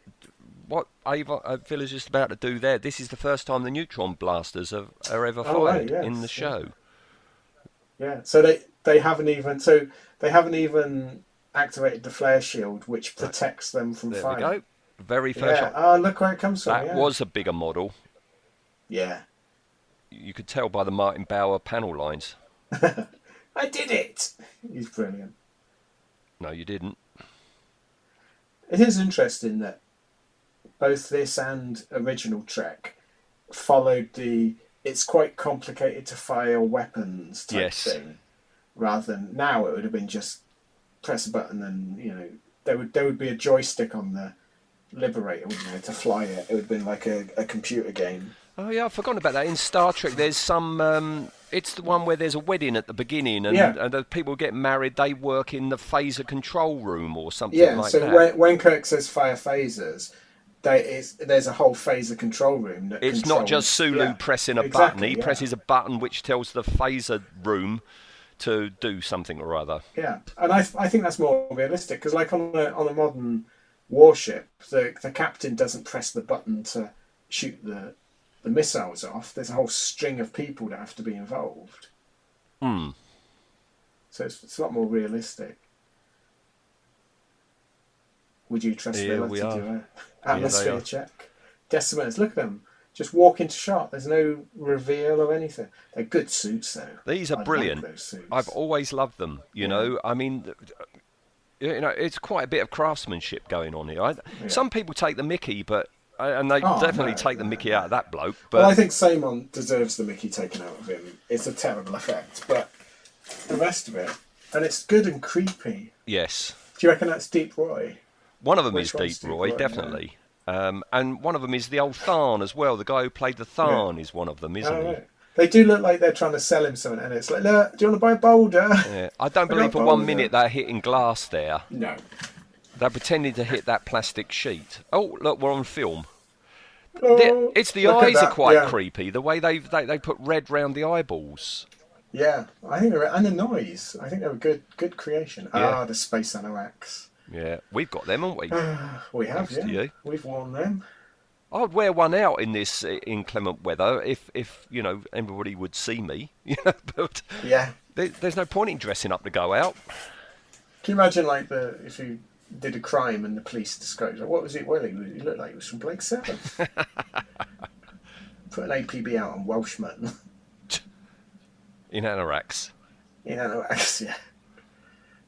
S1: what Avon uh, Villa's just about to do there. This is the first time the neutron blasters have, are ever
S2: Oh, right,
S1: fired in
S2: yes,
S1: the
S2: yeah.
S1: show.
S2: Yeah. So they they haven't even so they haven't even activated the flare shield, which protects them from
S1: There
S2: fire.
S1: we go. Very first
S2: Yeah.
S1: shot.
S2: Oh, look where it comes from.
S1: That
S2: yeah.
S1: was a bigger model.
S2: Yeah.
S1: You could tell by the Martin Bauer panel lines.
S2: I did it. He's brilliant.
S1: No, you didn't.
S2: It is interesting that both this and original Trek followed the it's quite complicated to fire weapons type
S1: Yes.
S2: thing, rather than now it would have been just press a button and you know there would there would be a joystick on the Liberator wouldn't there to fly it. It would have been like a, a computer game.
S1: Oh yeah, I've forgotten about that. In Star Trek, there's some. Um, it's the one where there's a wedding at the beginning, and,
S2: Yeah.
S1: and the people get married. They work in the phaser control room or something
S2: Yeah.
S1: like
S2: so
S1: that.
S2: when when Kirk says fire phasers. There is, there's a whole phaser control room. That
S1: It's not just
S2: controls-
S1: Sulu
S2: yeah,
S1: pressing a button.
S2: exactly,
S1: He
S2: yeah.
S1: presses a button which tells the phaser room to do something or other.
S2: Yeah, and I, I think that's more realistic because, like on a on a modern warship, the the captain doesn't press the button to shoot the the missiles off. There's a whole string of people that have to be involved,
S1: Hmm.
S2: so it's, it's a lot more realistic. Would you trust
S1: Here
S2: Miller
S1: we
S2: to
S1: are.
S2: do an
S1: they
S2: atmosphere
S1: are.
S2: check? Decimers, look at them. Just walk into shot. There's no reveal or anything. They're good suits, though.
S1: These
S2: I
S1: are
S2: like
S1: brilliant.
S2: those suits.
S1: I've always loved them. You know, I mean, th- uh, you know, it's quite a bit of craftsmanship going on here. I, Some people take the Mickey, but uh, and they
S2: Oh,
S1: definitely
S2: no,
S1: take the
S2: no,
S1: Mickey out of that bloke. But
S2: Well, I think Samon deserves the Mickey taken out of him. It's a terrible effect, but the rest of it, and it's good and creepy.
S1: yes,
S2: Do you reckon that's Deep Roy?
S1: one of them
S2: Which
S1: is
S2: one's
S1: Deep
S2: Deep
S1: Roy,
S2: Roy, yeah.
S1: definitely. Um, and one of them is the old Tharn as well. The guy who played the Tharn is one of them, isn't
S2: Oh,
S1: he?
S2: right. They do look like they're trying to sell him something, and it's like, look, do you want to buy a boulder?
S1: Yeah. I don't
S2: They're
S1: believe
S2: not
S1: for one
S2: bold,
S1: minute
S2: though.
S1: they're hitting glass there.
S2: No.
S1: They're pretending to hit that plastic sheet. Oh, look, we're on film. The- it's the
S2: Look at
S1: eyes are
S2: that,
S1: quite
S2: yeah.
S1: creepy. The way they've they, they put red round the eyeballs.
S2: Yeah, I think they're and the noise. I think they were good, good creation.
S1: Yeah.
S2: Ah, the space anorak.
S1: Yeah, we've got them, haven't we?
S2: We have,
S1: Thanks to
S2: yeah.
S1: you.
S2: We've worn them.
S1: I'd wear one out in this i- inclement weather if if you know everybody would see me. You know, but
S2: Yeah.
S1: there, there's no point in dressing up to go out.
S2: Can you imagine, like, the if you did a crime and the police disclosed, like, what was it? Well, he was- he looked like he was from Blake Seven. Put an APB out on Welshman
S1: In anoraks.
S2: in Anorax, yeah.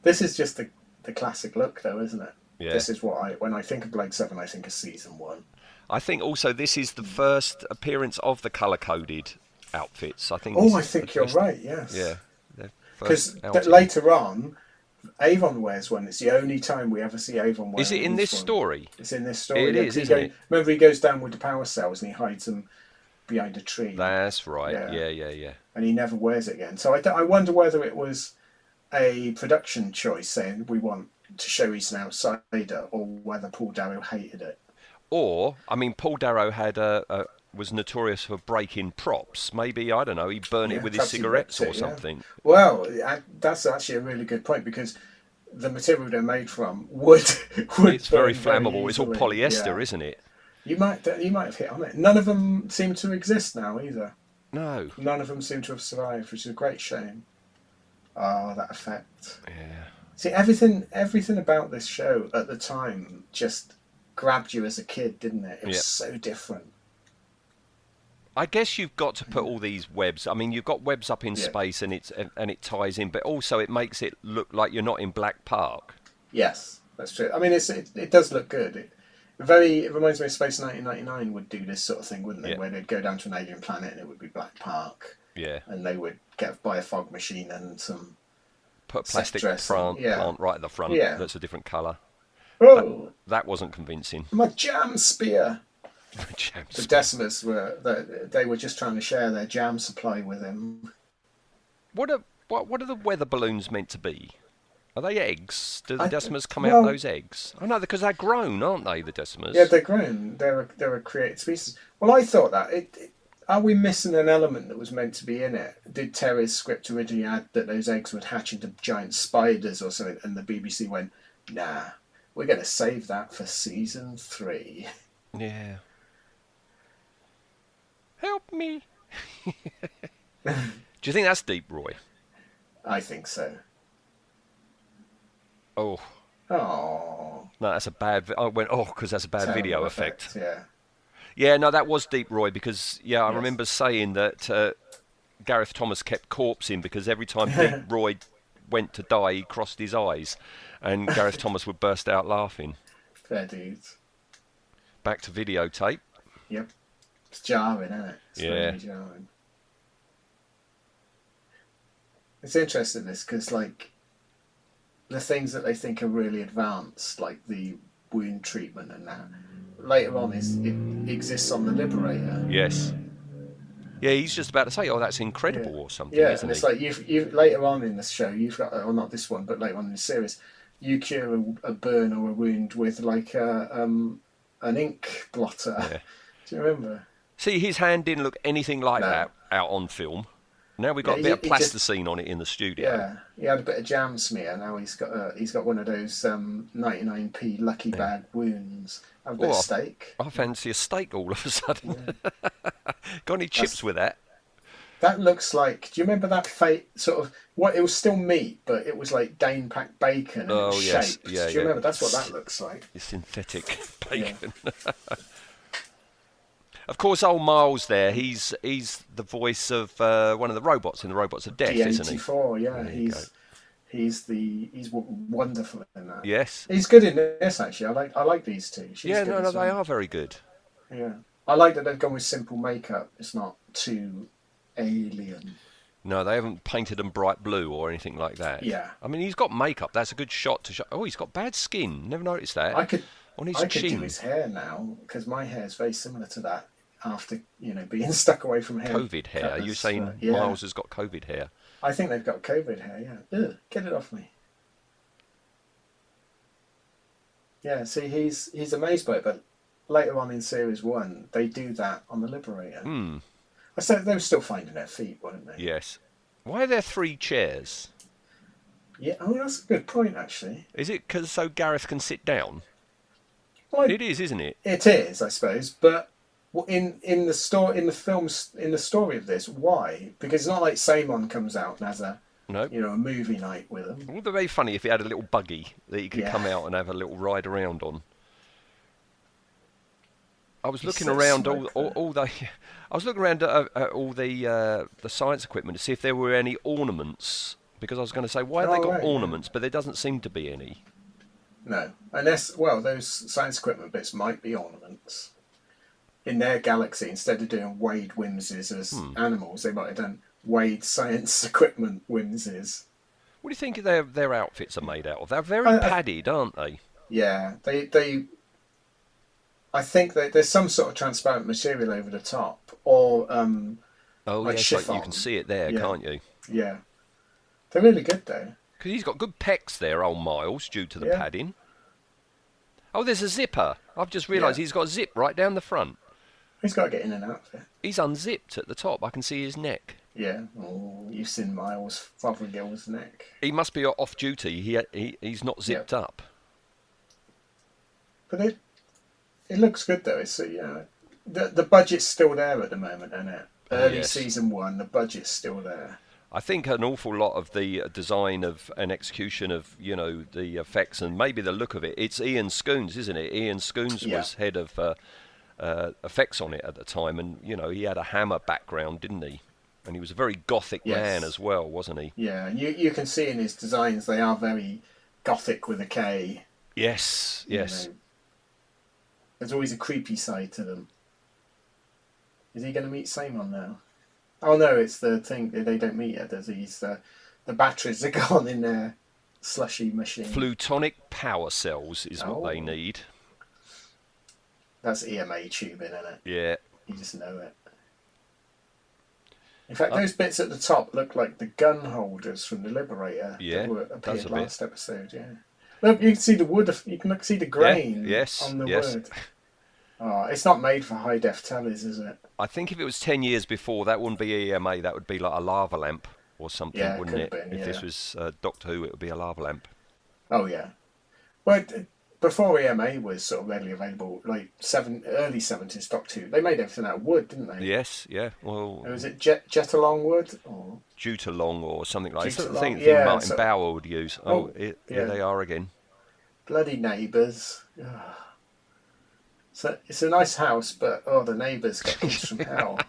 S2: This is just the, the classic look, though, isn't it?
S1: Yeah.
S2: This is what I, when I think of Blake Seven, I think of season one.
S1: I think also this is the first appearance of the colour coded outfits. I think. this
S2: Oh, I
S1: is the
S2: think you're
S1: first-
S2: right, yes.
S1: Yeah. their
S2: Because
S1: first outing.
S2: later on, Avon wears one. It's the only time we ever see Avon wear
S1: is it in this
S2: one.
S1: story?
S2: It's in this story.
S1: It
S2: yeah,
S1: is,
S2: 'cause he
S1: isn't
S2: go-
S1: it?
S2: Remember, he goes down with the power cells and he hides them behind a tree,
S1: That's right.
S2: Yeah.
S1: Yeah, yeah, yeah.
S2: and he never wears it again. So I, d- I wonder whether it was a production choice saying we want to show he's an outsider, or whether Paul Darrow hated it.
S1: Or I mean, Paul Darrow had a. a was notorious for breaking props. Maybe I don't know. He burned
S2: Yeah,
S1: it with his
S2: perhaps he
S1: cigarettes or
S2: ripped it, yeah.
S1: something.
S2: Well, I- that's actually a really good point because the material they're made from would would
S1: It's very
S2: burn
S1: flammable. It's all
S2: easily.
S1: polyester,
S2: Yeah.
S1: isn't it?
S2: You might you might have hit on it. None of them seem to exist now either.
S1: No.
S2: None of them seem to have survived, which is a great shame. Oh, that effect.
S1: Yeah.
S2: See, everything everything about this show at the time just grabbed you as a kid, didn't it? It was
S1: Yeah.
S2: so different.
S1: I guess you've got to put all these webs. I mean, you've got webs up in
S2: Yeah.
S1: space, and it's and, and it ties in, but also it makes it look like you're not in Black Park.
S2: Yes, that's true. I mean, it's, it it does look good. It, very, it reminds me of Space 1999 would do this sort of thing, wouldn't they?
S1: Yeah.
S2: Where they'd go down to an alien planet and it would be Black Park,
S1: Yeah,
S2: and they would get by a fog machine and some.
S1: put a
S2: Set
S1: plastic
S2: dressing,
S1: plant,
S2: yeah.
S1: plant right at the front.
S2: Yeah.
S1: that's a different colour.
S2: Oh,
S1: That wasn't convincing.
S2: my jam spear! The
S1: James.
S2: Decimers were they, they were just trying to share their jam supply with him.
S1: What are what what are the weather balloons meant to be? Are they eggs? Do the
S2: I-
S1: decimers come out
S2: well-
S1: of those eggs? I know because they're grown, aren't they? The decimers.
S2: Yeah, they're grown. They're a, they're a created species. Well, I thought that. It, it- are we missing an element that was meant to be in it? Did Terry's script originally add that those eggs would hatch into giant spiders or something? And the BBC went, nah, we're going to save that for season three.
S1: yeah. Help me. Do you think that's deep, Roy?
S2: I think so.
S1: Oh.
S2: Oh,
S1: No, that's a bad. vi- I went oh because that's a bad video effect.
S2: Yeah.
S1: Yeah, no, that was deep, Roy. Because yeah, I
S2: Yes.
S1: remember saying that uh, Gareth Thomas kept corpsing because every time deep Roy went to die, he crossed his eyes, and Gareth Thomas would burst out laughing.
S2: Fair dudes.
S1: Back to videotape.
S2: Yep. It's jarring, isn't it? It's
S1: Yeah.
S2: really jarring. It's interesting this because like the things that they think are really advanced, like the wound treatment and that, later on is it exists on the Liberator.
S1: Yes. Yeah, he's just about to say, "Oh, that's incredible," or something,
S2: Yeah,
S1: isn't
S2: and it's
S1: he?
S2: like you've you have later on in this show you've got or not this one, but later on in the series, you cure a, a burn or a wound with like a um an ink blotter.
S1: Yeah.
S2: Do you remember?
S1: See, his hand didn't look anything like
S2: No.
S1: that out on film. Now we've got
S2: Yeah,
S1: a bit
S2: he-
S1: of
S2: he just-
S1: plasticine on it in the studio.
S2: Yeah, he had a bit of jam smear. Now he's got a, he's got one of those um, 99p lucky bag wounds. Have a bit
S1: Oh.
S2: of steak.
S1: I fancy a steak all of a sudden. got any chips with that?
S2: That looks like. Do you remember that fake sort of what? It was still meat, but it was like Dane packed bacon and it
S1: Oh,
S2: was
S1: yes.
S2: shaped.
S1: Yeah,
S2: do you
S1: yeah.
S2: remember? That's what that looks like.
S1: synthetic bacon. of course, old Miles there, he's he's the voice of uh, one of the robots in the Robots of Death, isn't he?
S2: D84. Yeah,
S1: There you
S2: he's he's the he's w- wonderful in that.
S1: Yes.
S2: He's good in this actually. I like I like these two. She's
S1: yeah,
S2: good
S1: no,
S2: as
S1: no, they
S2: well.
S1: are very good.
S2: Yeah, I like that they've gone with simple makeup. It's not too alien.
S1: No, they haven't painted them bright blue or anything like that.
S2: Yeah.
S1: I mean, he's got makeup. That's a good shot to show. Oh, he's got bad skin. Never noticed that.
S2: I could
S1: On his
S2: I could do
S1: chin.
S2: his hair now because my hair is very similar to that after you know being stuck away from hair.
S1: COVID hair. Are you
S2: cutters,
S1: saying
S2: uh, yeah.
S1: Miles has got COVID hair?
S2: I think they've got COVID hair. Yeah, Ugh, get it off me. Yeah, see, he's he's amazed by it, but later on in series one, they do that on the Liberator.
S1: Hmm.
S2: I said they were still finding their feet, weren't they?
S1: Yes. Why are there three chairs?
S2: Yeah. Oh, that's a good point, actually.
S1: Is it 'cause so Gareth can sit down?
S2: Well,
S1: It is, isn't it?
S2: it is, I suppose, but w- in in the story in the films in the story of this, why? Because it's not like Samon comes out and has a
S1: No.
S2: you know a movie night with them.
S1: Would be very funny if he had a little buggy that he could
S2: Yeah.
S1: come out and have a little ride around on. I was
S2: He's
S1: looking
S2: so
S1: around all,
S2: smoked
S1: all,
S2: there.
S1: all the, I was looking around at, at all the uh, the science equipment to see if there were any ornaments because I was going to say why have
S2: Oh,
S1: they got
S2: right, yeah.
S1: ornaments, but there doesn't seem to be any.
S2: No, unless well, those science equipment bits might be ornaments. In their galaxy, instead of doing Wade whimsies as animals, they might have done Wade science equipment whimsies.
S1: What do you think their their outfits are made out of? They're very
S2: I- I-
S1: padded, aren't they?
S2: Yeah, they they. I think that there's some sort of transparent material over the top, or um,
S1: Oh
S2: Like
S1: yes, like you
S2: chiffon.
S1: can see it there,
S2: Yeah.
S1: can't you?
S2: yeah, they're really good though.
S1: Because he's got good pecs there, old Miles, due to the
S2: Yeah.
S1: padding. Oh, there's a zipper. I've just realised
S2: Yeah.
S1: he's got a zip right down the front.
S2: He's got to get in and out of it.
S1: He's unzipped at the top. I can see his neck.
S2: Yeah, oh, you've seen Miles Fothergill's neck.
S1: He must be off duty. He, he he's not zipped up.
S2: But it it looks good though. It's uh, you know the the budget's still there at the moment, isn't it? Early
S1: yes.
S2: season one, the budget's still there.
S1: I think an awful lot of the uh, design of and execution of you know the effects and maybe the look of it. It's Ian Scoons, isn't it? Ian Scoons
S2: Yeah.
S1: was head of uh, uh, effects on it at the time, and you know he had a hammer background, didn't he? And he was a very gothic
S2: Yes.
S1: man as well, wasn't he?
S2: Yeah, you you can see in his designs they are very gothic with a K.
S1: Yes,
S2: you
S1: yes.
S2: know. There's always a creepy side to them. Is he going to meet Samon now? Oh no, it's the thing that they don't meet yet. There's these uh, the batteries are gone in their slushy machine.
S1: Plutonic power cells is what they
S2: Oh.
S1: need.
S2: That's EMA tubing, isn't it?
S1: Yeah.
S2: You just know it. In fact, those bits at the top look like the gun holders from the Liberator
S1: Yeah,
S2: that were
S1: does a
S2: appeared
S1: bit.
S2: last episode. Yeah, look, you can see the wood. of- You can look, see the grain.
S1: yes,
S2: on the
S1: yes.
S2: wood. Oh, it's not made for high def tellies, is it?
S1: I think if it was 10 years before, that wouldn't be EMA, that would be like a lava lamp or something,
S2: Yeah, it
S1: wouldn't it?
S2: could have been,
S1: if this
S2: yeah.
S1: was uh, Doctor Who, it would be a lava lamp.
S2: Oh yeah. Well, d- before EMA was sort of readily available, like seven early seventies Doctor Who, they made everything out of wood, didn't they?
S1: Yes, yeah. Well,
S2: Or Was it jet jet along wood? Or
S1: due to long or something like
S2: Due
S1: that.
S2: to
S1: The thing,
S2: long,
S1: thing
S2: yeah,
S1: Martin
S2: so-
S1: Bauer would use. Oh,
S2: Oh,
S1: it, yeah.
S2: yeah.
S1: they are again.
S2: bloody neighbours. Ugh. So it's a nice house, but oh, the neighbours got kids from hell.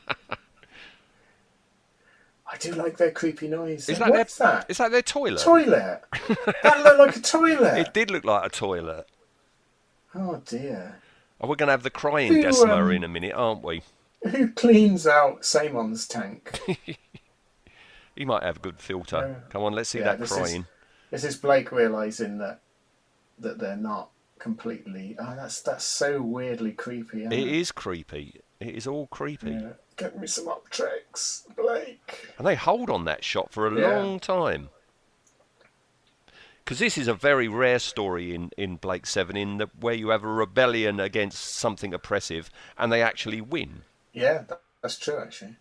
S2: I do like their creepy noise.
S1: Is
S2: What's
S1: that their,
S2: that?
S1: Is that their toilet?
S2: Toilet. that looked like a toilet.
S1: It did look like a toilet.
S2: Oh dear.
S1: Oh, we're going to have the crying
S2: Who,
S1: Decima
S2: um,
S1: in a minute, aren't we?
S2: Who cleans out Samon's tank?
S1: He might have a good filter.
S2: Yeah.
S1: Come on, let's see
S2: Yeah,
S1: that
S2: this is-
S1: crying.
S2: This is Blake realizing that that they're not completely. Oh, that's that's so weirdly creepy. Isn't
S1: It is creepy. It is all creepy.
S2: Yeah. Get me some optics, Blake.
S1: And they hold on that shot for a
S2: Yeah.
S1: long time. Because this is a very rare story in, in Blake 7, in the, where you have a rebellion against something oppressive and they actually win.
S2: Yeah, that, that's true actually.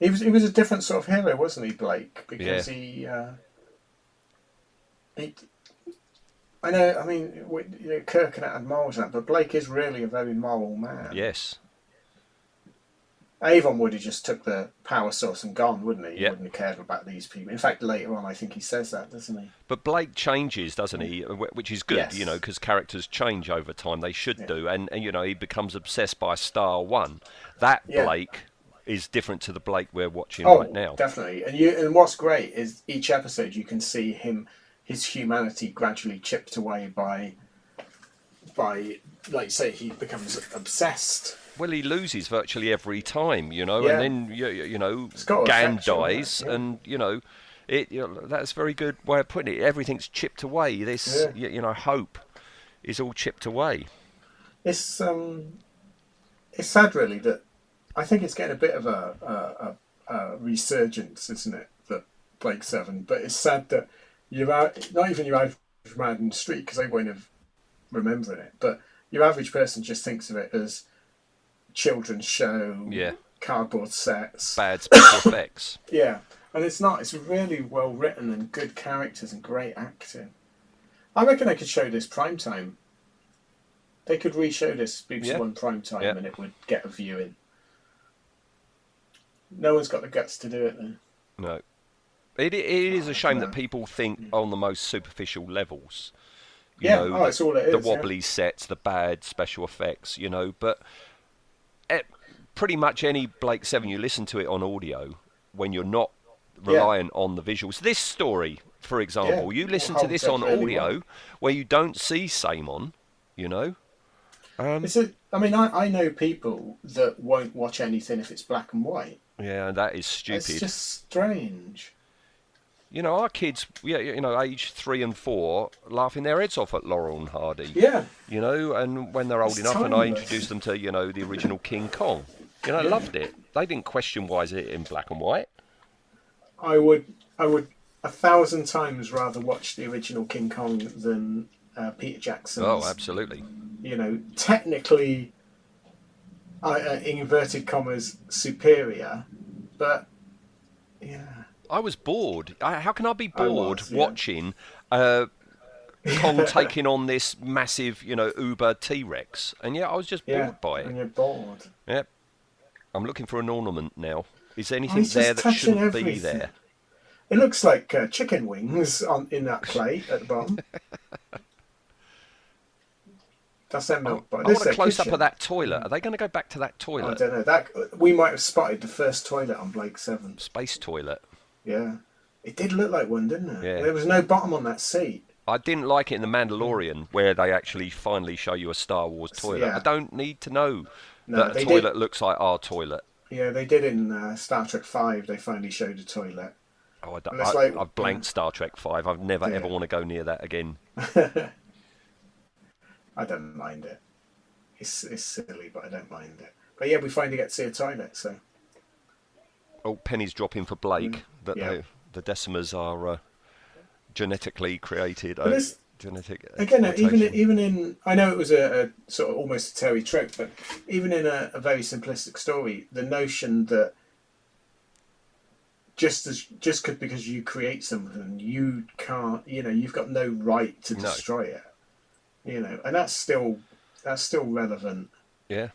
S2: He was he was a different sort of hero, wasn't he, Blake? Because
S1: Yeah.
S2: he uh, he. I know. I mean, we, you know, Kirk and Adam Miles and that, but Blake is really a very moral man.
S1: Yes.
S2: Avon would have just took the power source and gone, wouldn't he? He
S1: Yeah.
S2: wouldn't have cared about these people. In fact, later on, I think he says that, doesn't he?
S1: But Blake changes, doesn't he? Wh- Which is good,
S2: Yes.
S1: you know, because characters change over time. They should
S2: Yeah.
S1: do. And, and, you know, he becomes obsessed by Star One. That
S2: Yeah.
S1: Blake is different to the Blake we're watching
S2: Oh,
S1: right now.
S2: definitely. And you and what's great is each episode you can see him, his humanity gradually chipped away by, by like say he becomes obsessed.
S1: Well, he loses virtually every time, you know, and
S2: Yeah.
S1: then you, you you know,
S2: got to
S1: Gan
S2: affect you, hasn't it?
S1: dies,
S2: Yeah.
S1: and you know, it. You know, that's a very good way of putting it. Everything's chipped away. This,
S2: Yeah.
S1: you, you know, hope is all chipped away.
S2: It's um, it's sad really that I think it's getting a bit of a a, a, a resurgence, isn't it? That Blake Seven, but it's sad that you're out. Not even you're out from out in the street because they won't have remembering it, but your average person just thinks of it as children's show,
S1: Yeah.
S2: cardboard sets,
S1: Bad special effects.
S2: yeah, and it's not. It's really well written and good characters and great acting. I reckon they could show this prime time. They could re-show this BBC
S1: Yeah.
S2: One prime time,
S1: Yeah.
S2: and it would get a viewing. No one's got the guts to do it. Then.
S1: No. It, it is a shame that
S2: no.
S1: people think on the most superficial levels. You
S2: Mm. Yeah,
S1: know,
S2: oh,
S1: the,
S2: it's all it
S1: the
S2: is, yeah.
S1: wobbly sets, the bad special effects, you know. But eh, pretty much any Blake 7, you listen to it on audio when you're not reliant on the visuals. This story, for example, you
S2: it
S1: listen to
S2: holds
S1: this
S2: up
S1: on
S2: really
S1: audio where you don't see Samon, you know. Um,
S2: It's a, I mean, I, I know people that won't watch anything if it's black and white.
S1: yeah, that is
S2: It's
S1: stupid.
S2: just strange.
S1: You know, our kids, yeah, you know, age three and four, laughing their heads off at Laurel and Hardy.
S2: Yeah,
S1: you know, and when they're old
S2: It's
S1: enough, and I
S2: timeless.
S1: introduced them to, you know, the original King Kong. You know,
S2: Yeah.
S1: loved it. They didn't question why is it in black and white.
S2: I would, I would a thousand times rather watch the original King Kong than uh, Peter Jackson's.
S1: Oh, absolutely.
S2: You know, technically, I, uh, in inverted commas, superior, but yeah,
S1: I was bored. I, how can I be
S2: I was,
S1: bored
S2: yeah.
S1: watching uh, Kong taking on this massive, you know, Uber T Rex? And yeah, I was just
S2: yeah,
S1: bored by
S2: and
S1: it.
S2: you're bored.
S1: Yep. I'm looking for an ornament now. Is there anything
S2: Oh, he's
S1: there
S2: just
S1: that
S2: touching
S1: shouldn't be
S2: everything.
S1: there?
S2: It looks like uh, chicken wings on in that plate at the bottom. That's their milk.
S1: I
S2: bar. This
S1: want a
S2: is their
S1: close up of
S2: kitchen.
S1: that toilet. Are they going to go back to that
S2: I
S1: toilet?
S2: don't know. That we might have spotted the first toilet on Blake Seven.
S1: Space toilet.
S2: Yeah, it did look like one, didn't it?
S1: Yeah.
S2: There was no bottom on that seat.
S1: I didn't like it
S2: Hmm.
S1: in The Mandalorian where they actually finally show you a Star Wars toilet.
S2: yeah.
S1: I don't need to know
S2: No,
S1: that a
S2: they
S1: toilet
S2: did-
S1: looks like our toilet.
S2: Yeah, they did in uh, Star Trek Five. They finally showed a toilet.
S1: Oh, I don't,
S2: And it's
S1: I,
S2: like- mm.
S1: I've blanked Star Trek 5. I've never
S2: Yeah.
S1: ever want to go near that again.
S2: I don't mind it. It's it's silly, but I don't mind it. But yeah, we finally get to see a toilet. So
S1: Oh, pennies dropping for Blake that
S2: Mm. Yeah.
S1: the, the Decimers are uh, genetically created. uh,
S2: it's-
S1: genetic
S2: again, uh, even
S1: exploitation.
S2: even in I know it was a, a sort of almost a Terry trick, but even in a, a very simplistic story, the notion that just as just 'cause- because you create something, you can't, you know, you've got no right to
S1: No.
S2: destroy it, you know, and that's still that's still relevant,
S1: yeah.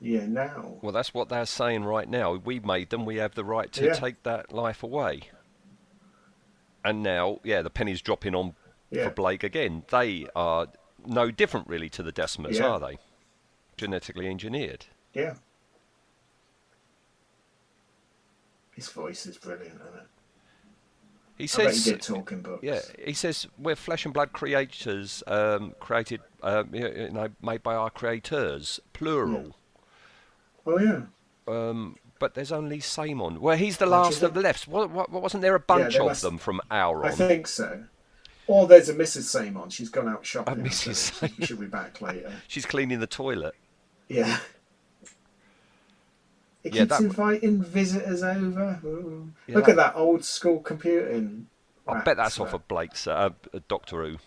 S2: yeah, now.
S1: Well, that's what they're saying right now. We made them. We have the right to
S2: Yeah.
S1: take that life away. And now, yeah, the penny's dropping on
S2: Yeah.
S1: for Blake again. They are no different, really, to the Decimers,
S2: Yeah.
S1: are they? Genetically engineered.
S2: Yeah. His voice is brilliant, isn't it?
S1: He
S2: I bet he
S1: says,
S2: did talking books.
S1: "Yeah, he says we're flesh and blood creators, um, created, um, you you know, made by our creators, plural."
S2: Oh yeah.
S1: Um, but there's only Samon. Well, he's the
S2: Don't you
S1: last of
S2: think?
S1: the lefts. What, what, wasn't there a bunch
S2: there
S1: of
S2: must-
S1: them from
S2: I
S1: Auron?
S2: think so. Or there's a Mrs. Samon. She's gone out shopping.
S1: A Mrs.
S2: so She should be back later.
S1: She's cleaning the toilet.
S2: Yeah. It
S1: Yeah,
S2: keeps
S1: that w-
S2: inviting visitors over. Ooh.
S1: Yeah,
S2: Look
S1: that-
S2: at that old school computing.
S1: I
S2: Right,
S1: bet that's
S2: so-
S1: off of Blake's uh, uh, Doctor Who.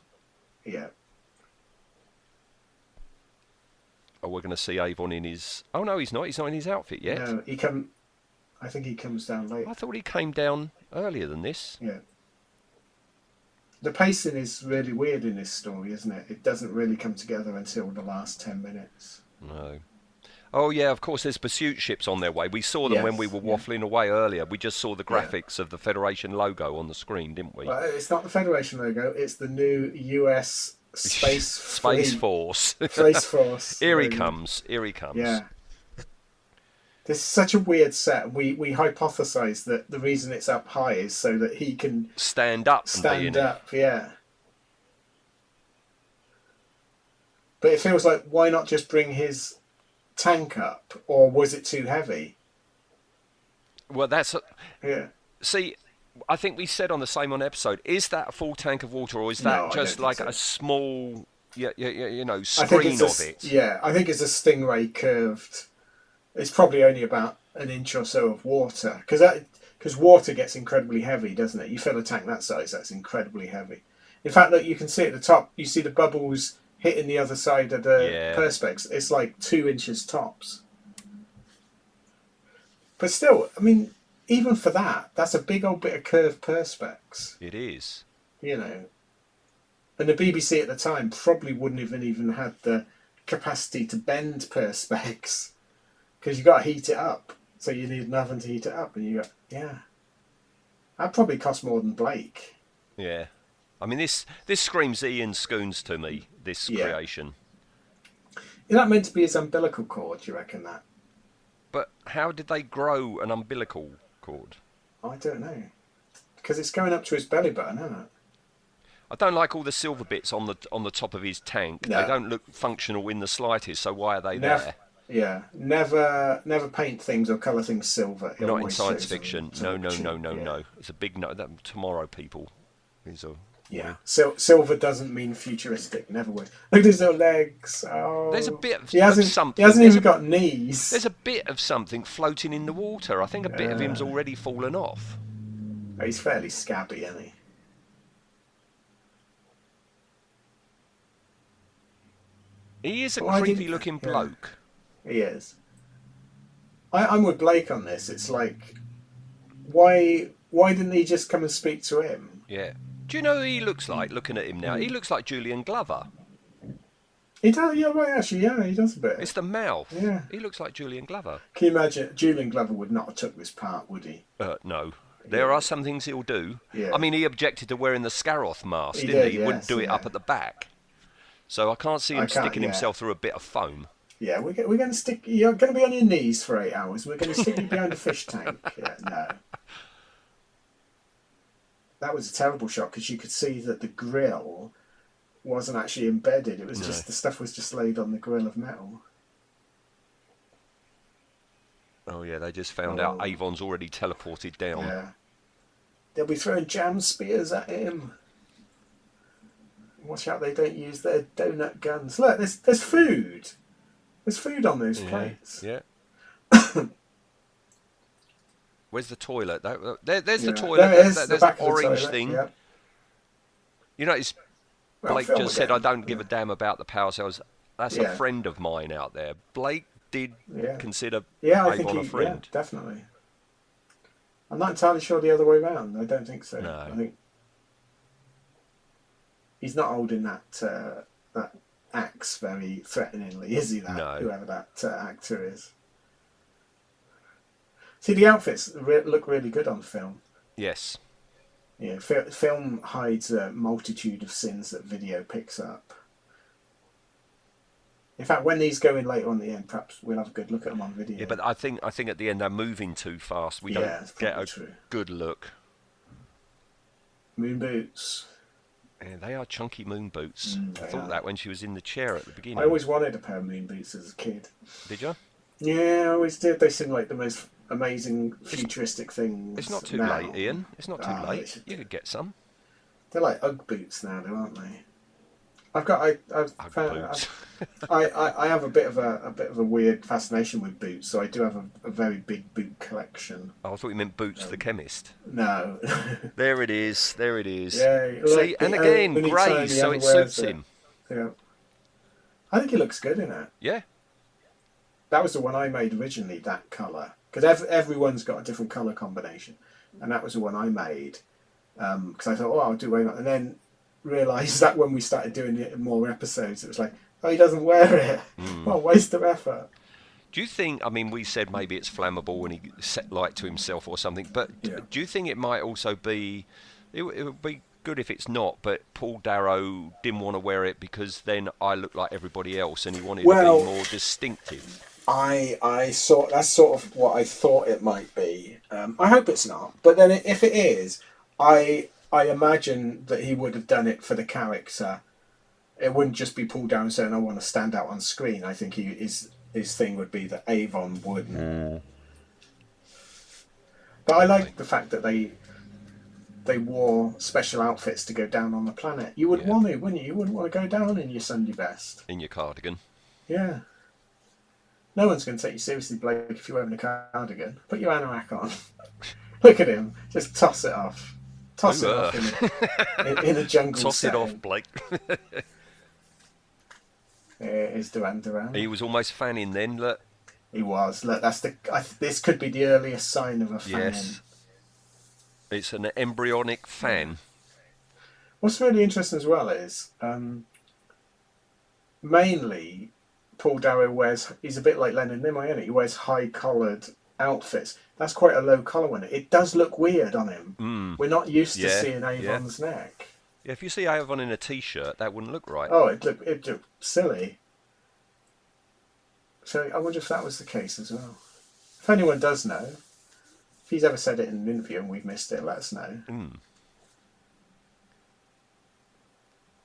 S2: Yeah.
S1: Oh, we're going to see Avon in his. Oh no, he's not. He's not in his outfit yet.
S2: No, he come. I think he comes down
S1: I
S2: later.
S1: thought he came down earlier than this.
S2: Yeah. The pacing is really weird in this story, isn't it? It doesn't really come together until the last ten minutes.
S1: No. Oh yeah, of course. There's pursuit ships on their way. We saw them when
S2: Yes,
S1: we were
S2: yeah.
S1: waffling away earlier. We just saw the
S2: Yeah.
S1: graphics of the Federation logo on the screen, didn't we?
S2: Well, it's not the Federation logo. It's the new U.S. space
S1: Space
S2: fleet-
S1: Force.
S2: Space Force.
S1: Here he
S2: logo.
S1: comes. Here he comes.
S2: Yeah. This is such a weird set. We we hypothesize that the reason it's up high is so that he can
S1: Stand up. and be in
S2: stand
S1: it.
S2: up. Yeah. But it feels like why not just bring his tank up, or was it too heavy?
S1: Well, that's a-
S2: Yeah.
S1: see. I think we said on the same on episode. Is that a full tank of water, or is
S2: No, I
S1: that
S2: don't
S1: just
S2: think
S1: like
S2: so.
S1: a small, yeah, yeah, yeah, you know,
S2: I think
S1: screen
S2: it's a
S1: of
S2: s-
S1: it?
S2: Yeah, I think it's a stingray curved. It's probably only about an inch or so of water because that because water gets incredibly heavy, doesn't it? You fill a tank that size, that's incredibly heavy. In fact, look, you can see at the top, you see the bubbles hitting the other side of the
S1: Yeah.
S2: perspex, it's like two inches tops. But still, I mean, even for that, that's a big old bit of curved perspex,
S1: It is.
S2: you know. And the BBC at the time probably wouldn't even even had the capacity to bend perspex because you got to heat it up. So you need an oven to heat it up, and you got yeah. That probably cost more than Blake.
S1: Yeah. I mean, this this screams Ian Scoons to me. This
S2: Yeah.
S1: creation.
S2: Is that meant to be his umbilical cord? Do you reckon that?
S1: But how did they grow an umbilical cord?
S2: I don't know. Because it's going up to his belly button, isn't it?
S1: I don't like all the silver bits on the on the top of his tank.
S2: No.
S1: They don't look functional in the slightest. So why are they
S2: Nev-
S1: there?
S2: Yeah. Never, never paint things or color things silver. It
S1: Not in
S2: always
S1: science
S2: shows them
S1: fiction.
S2: to
S1: No,
S2: look
S1: no,
S2: cheap,
S1: no, no,
S2: yeah.
S1: no. It's a big no. That tomorrow, people. Is a
S2: Yeah. Sil- silver doesn't mean futuristic. Never would. Look at his little legs. Oh.
S1: There's a bit of-
S2: He hasn't.
S1: of something.
S2: He hasn't
S1: There's
S2: even
S1: a-
S2: got knees.
S1: There's a bit of something floating in the water. I think a bit of him's
S2: Yeah.
S1: already fallen off.
S2: He's fairly scabby, isn't he?
S1: He is a
S2: Well, I didn't-
S1: creepy looking
S2: yeah.
S1: bloke.
S2: He is. I, I'm with Blake on this. It's like, why, why didn't he just come and speak to him?
S1: Yeah. Do you know who he looks like looking at him now? He looks like Julian Glover.
S2: He does. Yeah, right. Actually, yeah, he does a bit.
S1: It's the mouth.
S2: Yeah.
S1: He looks like Julian Glover.
S2: Can you imagine? Julian Glover would not have took this part, would he?
S1: Uh, no. There are some things he'll do.
S2: Yeah.
S1: I mean, he objected to wearing the Scaroth mask,
S2: He
S1: didn't
S2: did,
S1: he? He wouldn't
S2: yes,
S1: do it up
S2: yeah.
S1: at the back. So I can't see him
S2: I can't,
S1: sticking
S2: yeah.
S1: himself through a bit of foam.
S2: Yeah, we're, go- we're going to stick. You're going to be on your knees for eight hours. We're going to stick you behind a fish tank. Yeah, no. That was a terrible shot because you could see that the grill wasn't actually embedded. It was
S1: No.
S2: just the stuff was just laid on the grill of metal.
S1: Oh, yeah, they just found
S2: Oh.
S1: out Avon's already teleported down.
S2: Yeah. They'll be throwing jam spears at him. Watch out! They don't use their donut guns. Look, there's there's food. There's food on those
S1: Yeah.
S2: plates.
S1: yeah. Where's the toilet? That- that- there- there's the
S2: Yeah.
S1: toilet.
S2: There it is,
S1: There-
S2: the
S1: there's
S2: back
S1: the
S2: of the
S1: orange
S2: toilet,
S1: thing.
S2: yeah.
S1: You know, it's
S2: Well,
S1: Blake
S2: film
S1: just said,
S2: again.
S1: I don't give a damn about the power cells. That's
S2: Yeah.
S1: a friend of mine out there. Blake did
S2: Yeah.
S1: consider
S2: Yeah, I
S1: Avon
S2: think
S1: a
S2: he, yeah,
S1: friend.
S2: definitely. I'm not entirely sure the other way round. I don't think so.
S1: No.
S2: I think he's not holding that uh, that axe very threateningly, is he? That
S1: No.
S2: whoever that uh, actor is. See, the outfits re- look really good on film.
S1: Yes.
S2: Yeah, fi- film hides a multitude of sins that video picks up. In fact, when these go in later on the end, perhaps we'll have a good look at them on video.
S1: Yeah. but I think I think at the end they're moving too fast. We
S2: Yeah, it's
S1: don't get
S2: probably
S1: a
S2: true.
S1: good look.
S2: Moon boots.
S1: Yeah, they are chunky moon boots.
S2: Mm,
S1: I
S2: they
S1: thought
S2: are.
S1: that when she was in the chair at the beginning.
S2: I always wanted a pair of moon boots as a kid.
S1: Did you?
S2: Yeah, I always did. They seem like the most amazing futuristic things.
S1: It's not too
S2: now.
S1: late, Ian. It's not too
S2: Ah, they
S1: late.
S2: should
S1: You could get some.
S2: They're like UGG boots now, though, aren't they? I've got. I, I've
S1: Ugg
S2: found.
S1: boots.
S2: I've- I, I, I have a bit of a, a bit of a weird fascination with boots, so I do have a, a very big boot collection.
S1: Oh, I thought you meant Boots
S2: Um,
S1: the chemist.
S2: No.
S1: There it is. There it is.
S2: Yay.
S1: See,
S2: Like the uh,
S1: and again,
S2: only time
S1: grey,
S2: he
S1: so
S2: ever
S1: it
S2: wears
S1: suits
S2: it.
S1: him.
S2: yeah. I think he looks good in it.
S1: Yeah.
S2: That was the one I made originally, that colour. Because ev- everyone's got a different colour combination. And that was the one I made. Because I thought, oh, I'll do Wayne. And then realised that when we started doing it in more episodes, it was like, oh, he doesn't wear it. What a waste of effort.
S1: Do you think? I mean, we said maybe it's flammable and he set light to himself or something. But d
S2: Yeah.
S1: do you think it might also be? It, w- it would be good if it's not. But Paul Darrow didn't want to wear it because then I look like everybody else, and he wanted
S2: Well-
S1: to be more distinctive.
S2: I I sort that's sort of what I thought it might be. Um, I hope it's not, but then if it is, I I imagine that he would have done it for the character. It wouldn't just be pulled down saying I want to stand out on screen. I think he his his thing would be that Avon wouldn't. But I like the fact that they they wore special outfits to go down on the planet. You would
S1: Yeah.
S2: want to, wouldn't you? You wouldn't want to go down in your Sunday best.
S1: In your cardigan.
S2: Yeah. No one's going to take you seriously, Blake, if you're wearing a cardigan. Put your anorak on. Look at him. Just toss it off. Toss it
S1: Ooh,
S2: off in a, in, in a jungle
S1: Toss it off,
S2: setting.
S1: Blake.
S2: uh, is Duran Duran.
S1: He was almost fanning then. Look,
S2: He was. Look, that's the. I, th- this could be the earliest sign of a fan.
S1: yes, it's an embryonic fan.
S2: What's really interesting as well is um, mainly Paul Darrow wears. He's a bit like Leonard Nimoy, isn't he? He wears high collared outfits. That's quite a low collar one. It does look weird on him.
S1: Mm.
S2: We're not used to
S1: Yeah,
S2: seeing
S1: yeah.
S2: Avon's neck.
S1: Yeah, if you see Avon in a t-shirt, that wouldn't look right.
S2: Oh, it looked it looked silly. So I wonder if that was the case as well. If anyone does know, if he's ever said it in an interview and we've missed it, let us know.
S1: Mm.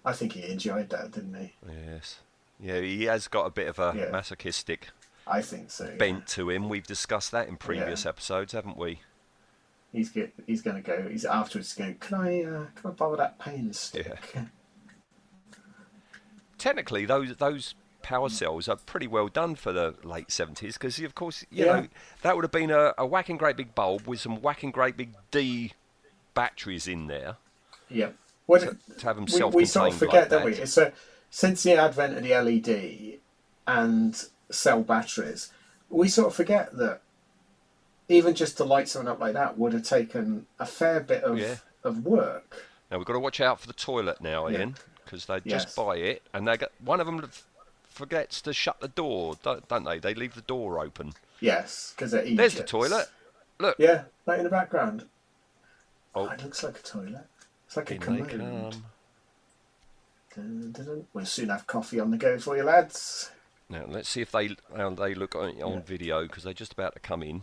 S2: I think he enjoyed that, didn't he?
S1: Yes. Yeah, he has got a bit of a
S2: Yeah.
S1: masochistic
S2: I think so. yeah.
S1: bent to him. We've discussed that in previous episodes, haven't we?
S2: He's get, he's going to go. He's afterwards going. Can I uh, can I borrow that pain stick?
S1: Technically, those those power
S2: Mm.
S1: cells are pretty well done for the late seventies because, of course, you
S2: Yeah.
S1: know that would have been a, a whacking great big bulb with some whacking great big D batteries in there
S2: yeah. What
S1: to, to have them
S2: we,
S1: self
S2: we sort of forget,
S1: like that.
S2: don't we? It's a, since the advent of the LED and cell batteries, we sort of forget that even just to light someone up like that would have taken a fair bit of
S1: Yeah.
S2: of work.
S1: Now we've got to watch out for the toilet now,
S2: Yeah.
S1: Ian, because they
S2: Yes.
S1: just buy it and they got one of them forgets to shut the door, don't, don't they? They leave the door open.
S2: Yes, because they're
S1: There's the
S2: Egypts.
S1: toilet. Look,
S2: Yeah, right in the background.
S1: Oh.
S2: Oh, it looks like a toilet. It's like a
S1: in they
S2: commode.
S1: come.
S2: Dun, dun, dun. We'll soon have coffee on the go for you, lads.
S1: Now let's see if they how they look on, on video because they're just about to come in.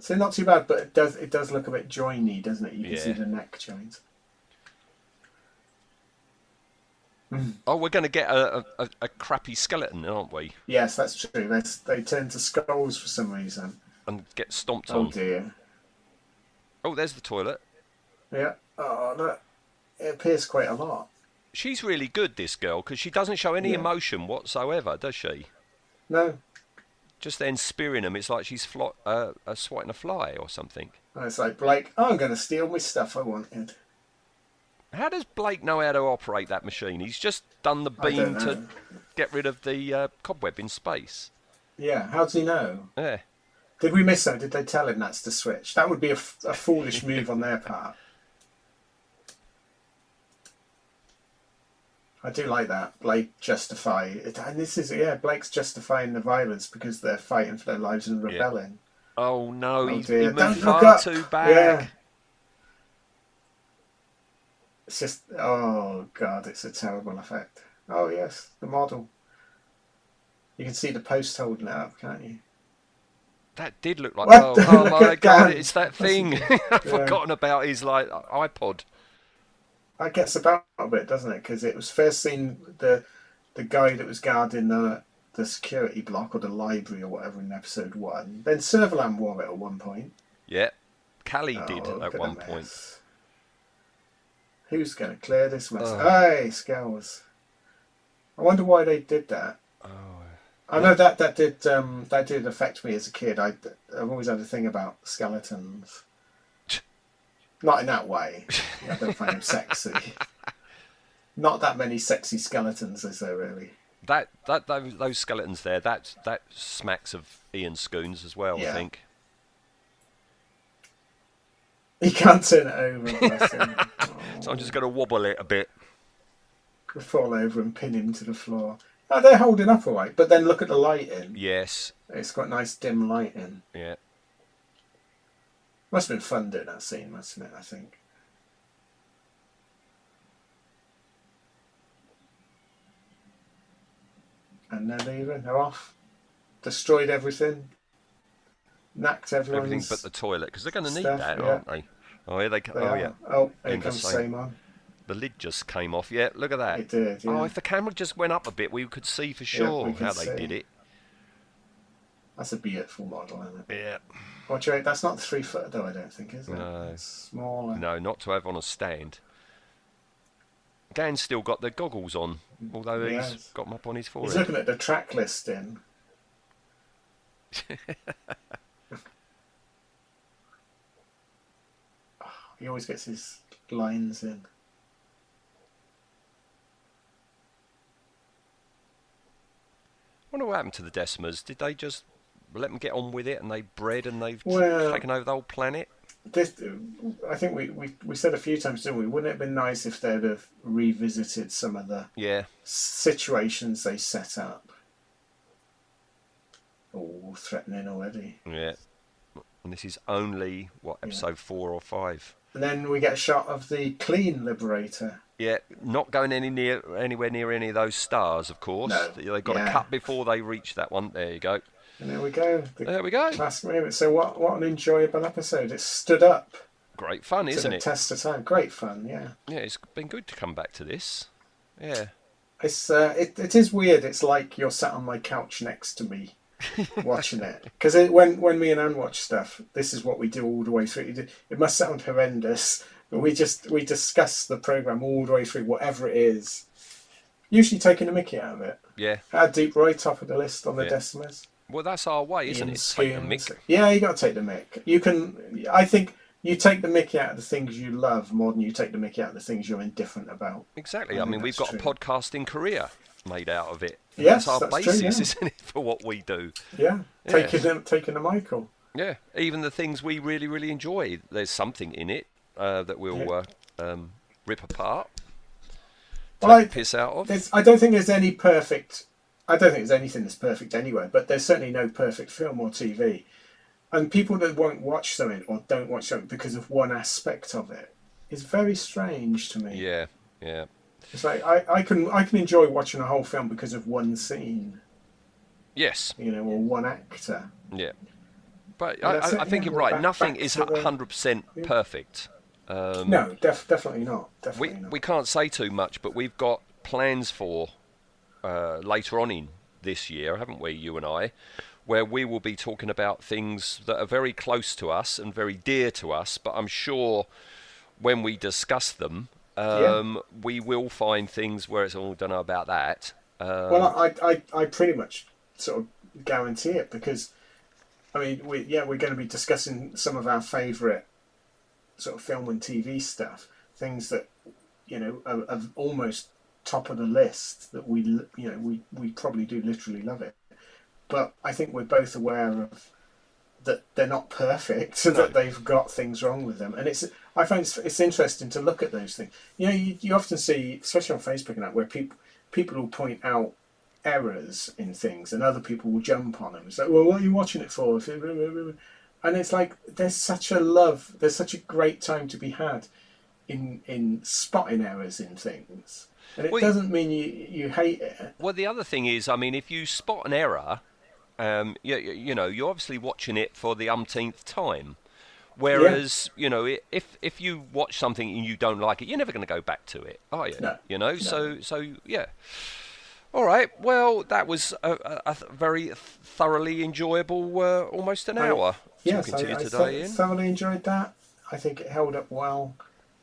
S2: So not too bad, but it does it does look a bit joiny, doesn't it? You can see
S1: Yeah.
S2: the neck joint.
S1: Oh, we're going to get a, a, a- a crappy skeleton, aren't we?
S2: Yes, that's true. They're, they turn to skulls for some reason.
S1: And get stomped
S2: Oh
S1: on.
S2: dear.
S1: Oh, there's the toilet.
S2: Yeah. Oh, look. It appears quite a lot.
S1: She's really good, this girl, because she doesn't show any
S2: Yeah.
S1: emotion whatsoever, does she?
S2: No,
S1: Just then spearing him, it's like she's fly, uh, uh, swatting a fly or something.
S2: and it's like Blake. I'm going to steal my stuff I wanted.
S1: How does Blake know how to operate that machine? He's just done the
S2: I
S1: beam
S2: don't
S1: to
S2: know.
S1: get rid of the uh, cobweb in space.
S2: Yeah. How does he know?
S1: Yeah.
S2: Did we miss something? Did they tell him that's the switch? That would be a, f- a foolish move on their part. I do like that. Blake justify, and this is yeah. Blake's justifying the violence because they're fighting for their lives and rebelling.
S1: Oh no,
S2: Oh
S1: he, he
S2: dear,
S1: moved
S2: don't look
S1: far
S2: up.
S1: too
S2: Yeah.
S1: back.
S2: It's just, oh god, it's a terrible effect. Oh yes, the model. You can see the post holding it up, can't you?
S1: That did look like.
S2: What?
S1: Oh, oh
S2: Look
S1: my
S2: at
S1: god,
S2: that.
S1: it's that thing. I've
S2: Yeah.
S1: forgotten about his like iPod.
S2: That gets about a bit, doesn't it? Because it was first seen the the guy that was guarding the the security block or the library or whatever in episode one. Then Serverland wore it at one point.
S1: Yeah, Callie
S2: Oh,
S1: did
S2: look
S1: at
S2: the
S1: one point.
S2: mess. Who's going to clear this mess?
S1: Oh.
S2: Hey, Scales. I wonder why they did that.
S1: Oh,
S2: I know that that did um, that did affect me as a kid. I have always had a thing about skeletons. Not in that way. I don't find them sexy. Not that many sexy skeletons, is there really?
S1: that that those, those skeletons there. That that smacks of Ian Scoons as well.
S2: Yeah.
S1: I think.
S2: He can't turn it over. Bless him.
S1: So I'm just going to wobble it a bit.
S2: He'll fall over and pin him to the floor. Oh, they're holding up all right, but then look at the lighting.
S1: Yes.
S2: It's got nice dim lighting.
S1: Yeah.
S2: Must have been fun doing that scene, mustn't it? I think. And they're leaving. They're off. Destroyed everything. Knacked everyone's.
S1: Everything but the toilet because they're going to need
S2: stuff,
S1: that,
S2: yeah.
S1: aren't they? Oh, here they, co-
S2: They
S1: oh
S2: are.
S1: yeah.
S2: Oh, here
S1: Doing the
S2: comes
S1: same.
S2: Seymour.
S1: The lid just came off. Yeah, look at that.
S2: It did. Yeah.
S1: Oh, if the camera just went up a bit, we could see for sure
S2: we can
S1: how they
S2: see.
S1: did it.
S2: That's a beautiful model, isn't it?
S1: Yeah.
S2: Watch out. That's not three foot though. I don't think is it.
S1: No.
S2: It's smaller.
S1: No, not to have on a stand. Gan's still got the goggles on, although he's
S2: Yes.
S1: got them up on his
S2: He's
S1: forehead.
S2: looking at the track listing. he always gets his lines in.
S1: wonder what happened to the Decimers. Did they just let them get on with it and they bred and they've t-
S2: Well-
S1: taken over the whole planet?
S2: This, I think we, we, we said a few times, didn't we? Wouldn't it have been nice if they'd have revisited some of the
S1: Yeah.
S2: situations they set up? Oh, threatening already.
S1: Yeah. And this is only, what, episode four or five?
S2: And then we get a shot of the clean liberator.
S1: Yeah, not going any near anywhere near any of those stars, of course.
S2: No.
S1: They've got to
S2: Yeah.
S1: cut before they reach that one. There you go.
S2: And there we go. The
S1: There we go.
S2: classic moment. So what what an enjoyable episode. It stood up
S1: Great fun,
S2: to
S1: isn't
S2: the
S1: it?
S2: test of time. Great fun, yeah.
S1: Yeah, it's been good to come back to this. Yeah.
S2: It's uh, it, it is weird. It's like you're sat on my couch next to me, watching it. Because when when me and Anne watch stuff, this is what we do all the way through. It, it must sound horrendous, but we just we discuss the program all the way through, whatever it is. Usually taking a Mickey out of it.
S1: Yeah.
S2: Our deep right top of the list on the
S1: Yeah.
S2: Decimers.
S1: Well, that's our way, isn't
S2: Ian
S1: it? Take the
S2: Skins.
S1: mick.
S2: Yeah, you got to take the mick. You can. I think you take the mickey out of the things you love more than you take the mickey out of the things you're indifferent about.
S1: Exactly.
S2: I
S1: I,
S2: think
S1: mean, we've got
S2: that's
S1: a
S2: true.
S1: podcasting career made out of it. And
S2: Yes,
S1: that's our
S2: that's true,
S1: basis,
S2: yeah.
S1: isn't it, for what we do?
S2: Yeah,
S1: Yeah.
S2: taking the taking the Michael.
S1: Yeah. Even the things we really, really enjoy, there's something in it uh, that we'll
S2: Yeah.
S1: uh, um, rip apart, take
S2: Well, I,
S1: the piss out of.
S2: there's, I don't think there's any perfect. I don't think there's anything that's perfect anywhere, but there's certainly no perfect film or TV. And people that won't watch something or don't watch something because of one aspect of it is very strange to me.
S1: Yeah. Yeah.
S2: It's like I, I can I can enjoy watching a whole film because of one scene,
S1: Yes.
S2: you know, or one actor.
S1: Yeah. But
S2: Well,
S1: I,
S2: that's
S1: I, I
S2: it,
S1: think
S2: yeah.
S1: you're right.
S2: Back-
S1: Nothing
S2: back
S1: is
S2: to the-
S1: 100% perfect. Um,
S2: No, def- definitely not.
S1: we,
S2: Definitely not.
S1: we can't say too much, but we've got plans for uh, later on in this year, haven't we, you and I, where we will be talking about things that are very close to us and very dear to us, but I'm sure when we discuss them, um, we will find things where it's all don't know about that. Uh,
S2: Well, I, I, I pretty much sort of guarantee it because, I mean, we yeah, we're going to be discussing some of our favourite sort of film and TV stuff, things that you know are, are almost top of the list that we l- you know we we probably do literally love it, but I think we're both aware of that they're not perfect and that they've got things wrong with them, and it's I find it's, it's interesting to look at those things. You know, you, you often see, especially on Facebook and that, where people people will point out errors in things, and other people will jump on them. It's like, well, what are you watching it for? If it- And it's like there's such a love, there's such a great time to be had in in spotting errors in things, and it
S1: Well, you-
S2: doesn't mean you you hate it.
S1: Well, the other thing is, I mean, if you spot an error, um, you, you know, you're obviously watching it for the umpteenth time. Whereas, you know, i- if if you watch something and you don't like it, you're never going to go back to it, are you?
S2: No,
S1: You know, so so yeah. All right. Well, that was a, a, a th- very thoroughly enjoyable, uh, almost an
S2: I-
S1: hour
S2: Yes,
S1: talking to
S2: I,
S1: you
S2: I
S1: today.
S2: thor-
S1: Ian.
S2: thoroughly enjoyed that. I think it held up well.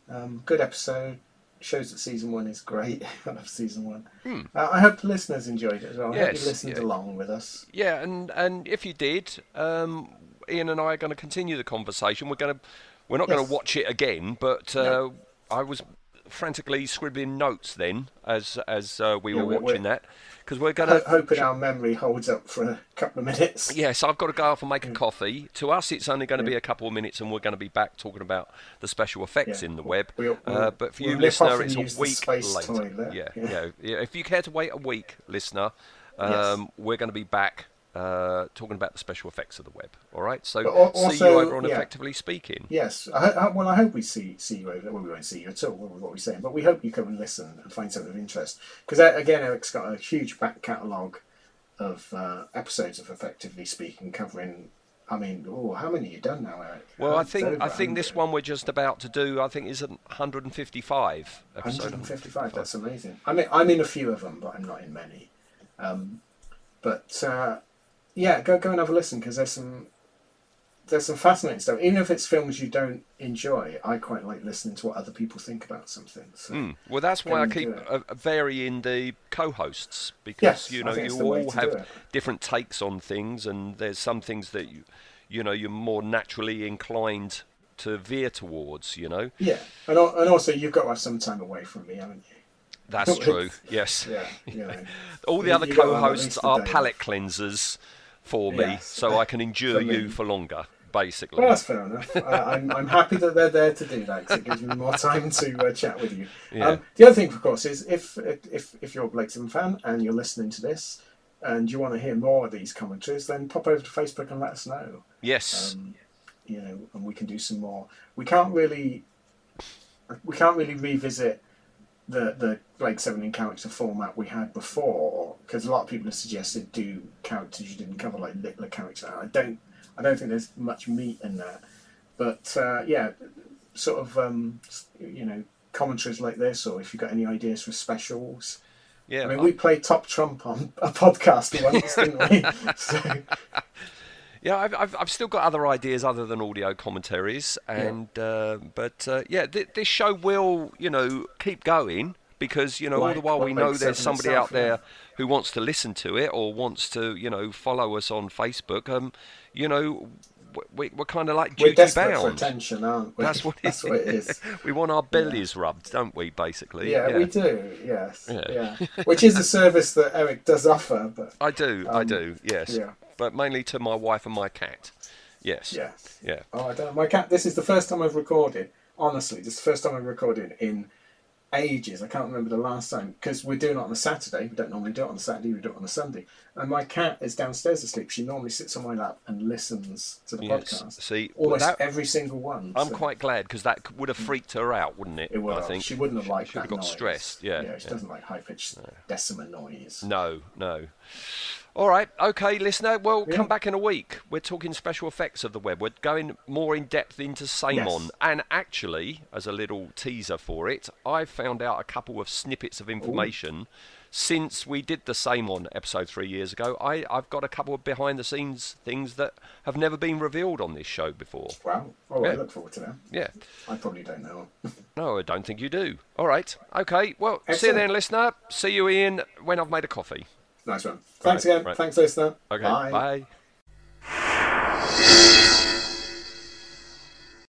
S2: Um, good episode. Shows that season one is great. I love season one. Uh, I hope the listeners enjoyed it as well. I hope
S1: Hmm. Yes,
S2: you listened
S1: yeah.
S2: along with us.
S1: Yeah, and and if you did, um, Ian and I are going to continue the conversation. We're going to we're not going
S2: Yes.
S1: to watch it again, but uh,
S2: No.
S1: I was frantically scribbling notes then as as uh, we
S2: Yeah,
S1: were
S2: we're-
S1: watching
S2: we're-
S1: that because we're going
S2: Ho-
S1: to.
S2: hoping our memory holds up for a couple of minutes.
S1: Yes, I've got to go off and make a coffee. To us, it's only going to be a couple of minutes, and we're going to be back talking about the special effects
S2: Yeah,
S1: in the
S2: we'll-
S1: web.
S2: we'll-
S1: uh,
S2: we'll-
S1: but for
S2: we'll
S1: you,
S2: nip off
S1: listener,
S2: and
S1: it's
S2: use
S1: a
S2: the
S1: week
S2: space
S1: later.
S2: toilet.
S1: Yeah,
S2: Yeah.
S1: yeah, yeah. If you care to wait a week, listener, um, we're going to be back uh, talking about the special effects of the web. All right. So
S2: But al-
S1: see you
S2: also,
S1: over on
S2: yeah.
S1: Effectively Speaking.
S2: Yes. I, ho- I, well, I hope we see see you over. Well, we won't see you at all with what we're saying, but we hope you come and listen and find something of interest. Because again, Eric's got a huge back catalogue of uh, episodes of Effectively Speaking, covering. I mean, oh, how many you done now, Eric?
S1: Well, I
S2: It's
S1: think
S2: over
S1: I think this
S2: 100.
S1: one we're just about to do. I think is an 155 episode.
S2: 155. That's amazing. I mean, I'm in a few of them, but I'm not in many. Um, but uh, yeah, go go and have a listen because there's some there's some fascinating stuff. Even if it's films you don't enjoy, I quite like listening to what other people think about something. So.
S1: Mm. Well, that's why I
S2: and,
S1: keep
S2: uh,
S1: uh, varying the co-hosts because
S2: Yes,
S1: you
S2: I
S1: know
S2: think it's
S1: you
S2: the way
S1: all
S2: to do
S1: have
S2: it.
S1: different takes on things, and there's some things that you, you know, you're more naturally inclined to veer towards. You know,
S2: Yeah, and al- and also you've got to have some time away from me, haven't you?
S1: That's true. Yes.
S2: Yeah, you know.
S1: All the
S2: You-
S1: other
S2: you gotta have at
S1: co-hosts
S2: least a
S1: are
S2: day.
S1: palate cleansers for me,
S2: Yes.
S1: so I can endure
S2: For me.
S1: you for longer, basically.
S2: Well, that's fair enough. I, I'm, I'm happy that they're there to do that 'cause it gives me more time to uh, chat with you.
S1: Yeah.
S2: Um, the other thing, of course, is if if if you're a Blake Seven fan and you're listening to this and you want to hear more of these commentaries, then pop over to Facebook and let us know.
S1: yes.
S2: Um, you know, and we can do some more. We can't really we can't really revisit the the Blake Seven in character format we had before because a lot of people have suggested do characters you didn't cover like Littler character. I don't I don't think there's much meat in that, but uh, yeah, sort of um, s- you know commentaries like this, or if you've got any ideas for specials.
S1: yeah.
S2: I mean,
S1: I-
S2: we played Top Trump on a podcast once, didn't we? So,
S1: Yeah, I've, I've, I've still got other ideas other than audio commentaries, and uh, but uh, yeah, th- this show will you know keep going because you know all
S2: Like
S1: the while
S2: what
S1: we know
S2: makes
S1: there's
S2: sense in
S1: somebody
S2: itself,
S1: out there
S2: yeah.
S1: who wants to listen to it or wants to you know follow us on Facebook. Um, you know, w- we, we're kind of like
S2: we're
S1: duty
S2: desperate for
S1: bound.
S2: attention, aren't we?
S1: That's what it
S2: That's what it is.
S1: we want our bellies rubbed, don't we? Basically,
S2: Yeah, we do. Yes.
S1: Yeah.
S2: Yeah. Which is a service that Eric does offer, but
S1: I do, I
S2: Um,
S1: do, yes,
S2: yeah.
S1: but mainly to my wife and my cat. Yes.
S2: yes.
S1: Yeah.
S2: Oh, I don't. My cat. This is the first time I've recorded. Honestly, this is the first time I've recorded in ages. I can't remember the last time because we're doing it on a Saturday. We don't normally do it on a Saturday. We do it on a Sunday. And my cat is downstairs asleep. She normally sits on my lap and listens to the
S1: Yes.
S2: podcast.
S1: See, well,
S2: almost
S1: that-
S2: every single one.
S1: I'm
S2: so
S1: quite glad because that c- would have freaked her out, wouldn't it?
S2: It would
S1: I
S2: have.
S1: think
S2: She wouldn't have liked
S1: She'd have
S2: that
S1: got
S2: noise.
S1: stressed. Yeah.
S2: Yeah. She
S1: yeah.
S2: doesn't like high pitched decimal noise.
S1: No, no. All right, okay, listener. Well,
S2: Yeah.
S1: come back in a week. We're talking special effects of the web. We're going more in depth into Samon.
S2: Yes.
S1: And actually, as a little teaser for it, I found out a couple of snippets of information since we did the Samon episode three years ago. I, I've got a couple of behind the scenes things that have never been revealed on this show before.
S2: Wow. Oh, I
S1: Yeah.
S2: look forward to that.
S1: Yeah.
S2: I probably don't know.
S1: No, I don't think you do. All right. Okay. Well, see you
S2: Excellent.
S1: then, listener. See you, Ian, when I've made a coffee.
S2: nice one. Thanks
S1: Right,
S2: again.
S1: right.
S2: Thanks, listener.
S1: Okay.
S2: Bye.
S1: bye.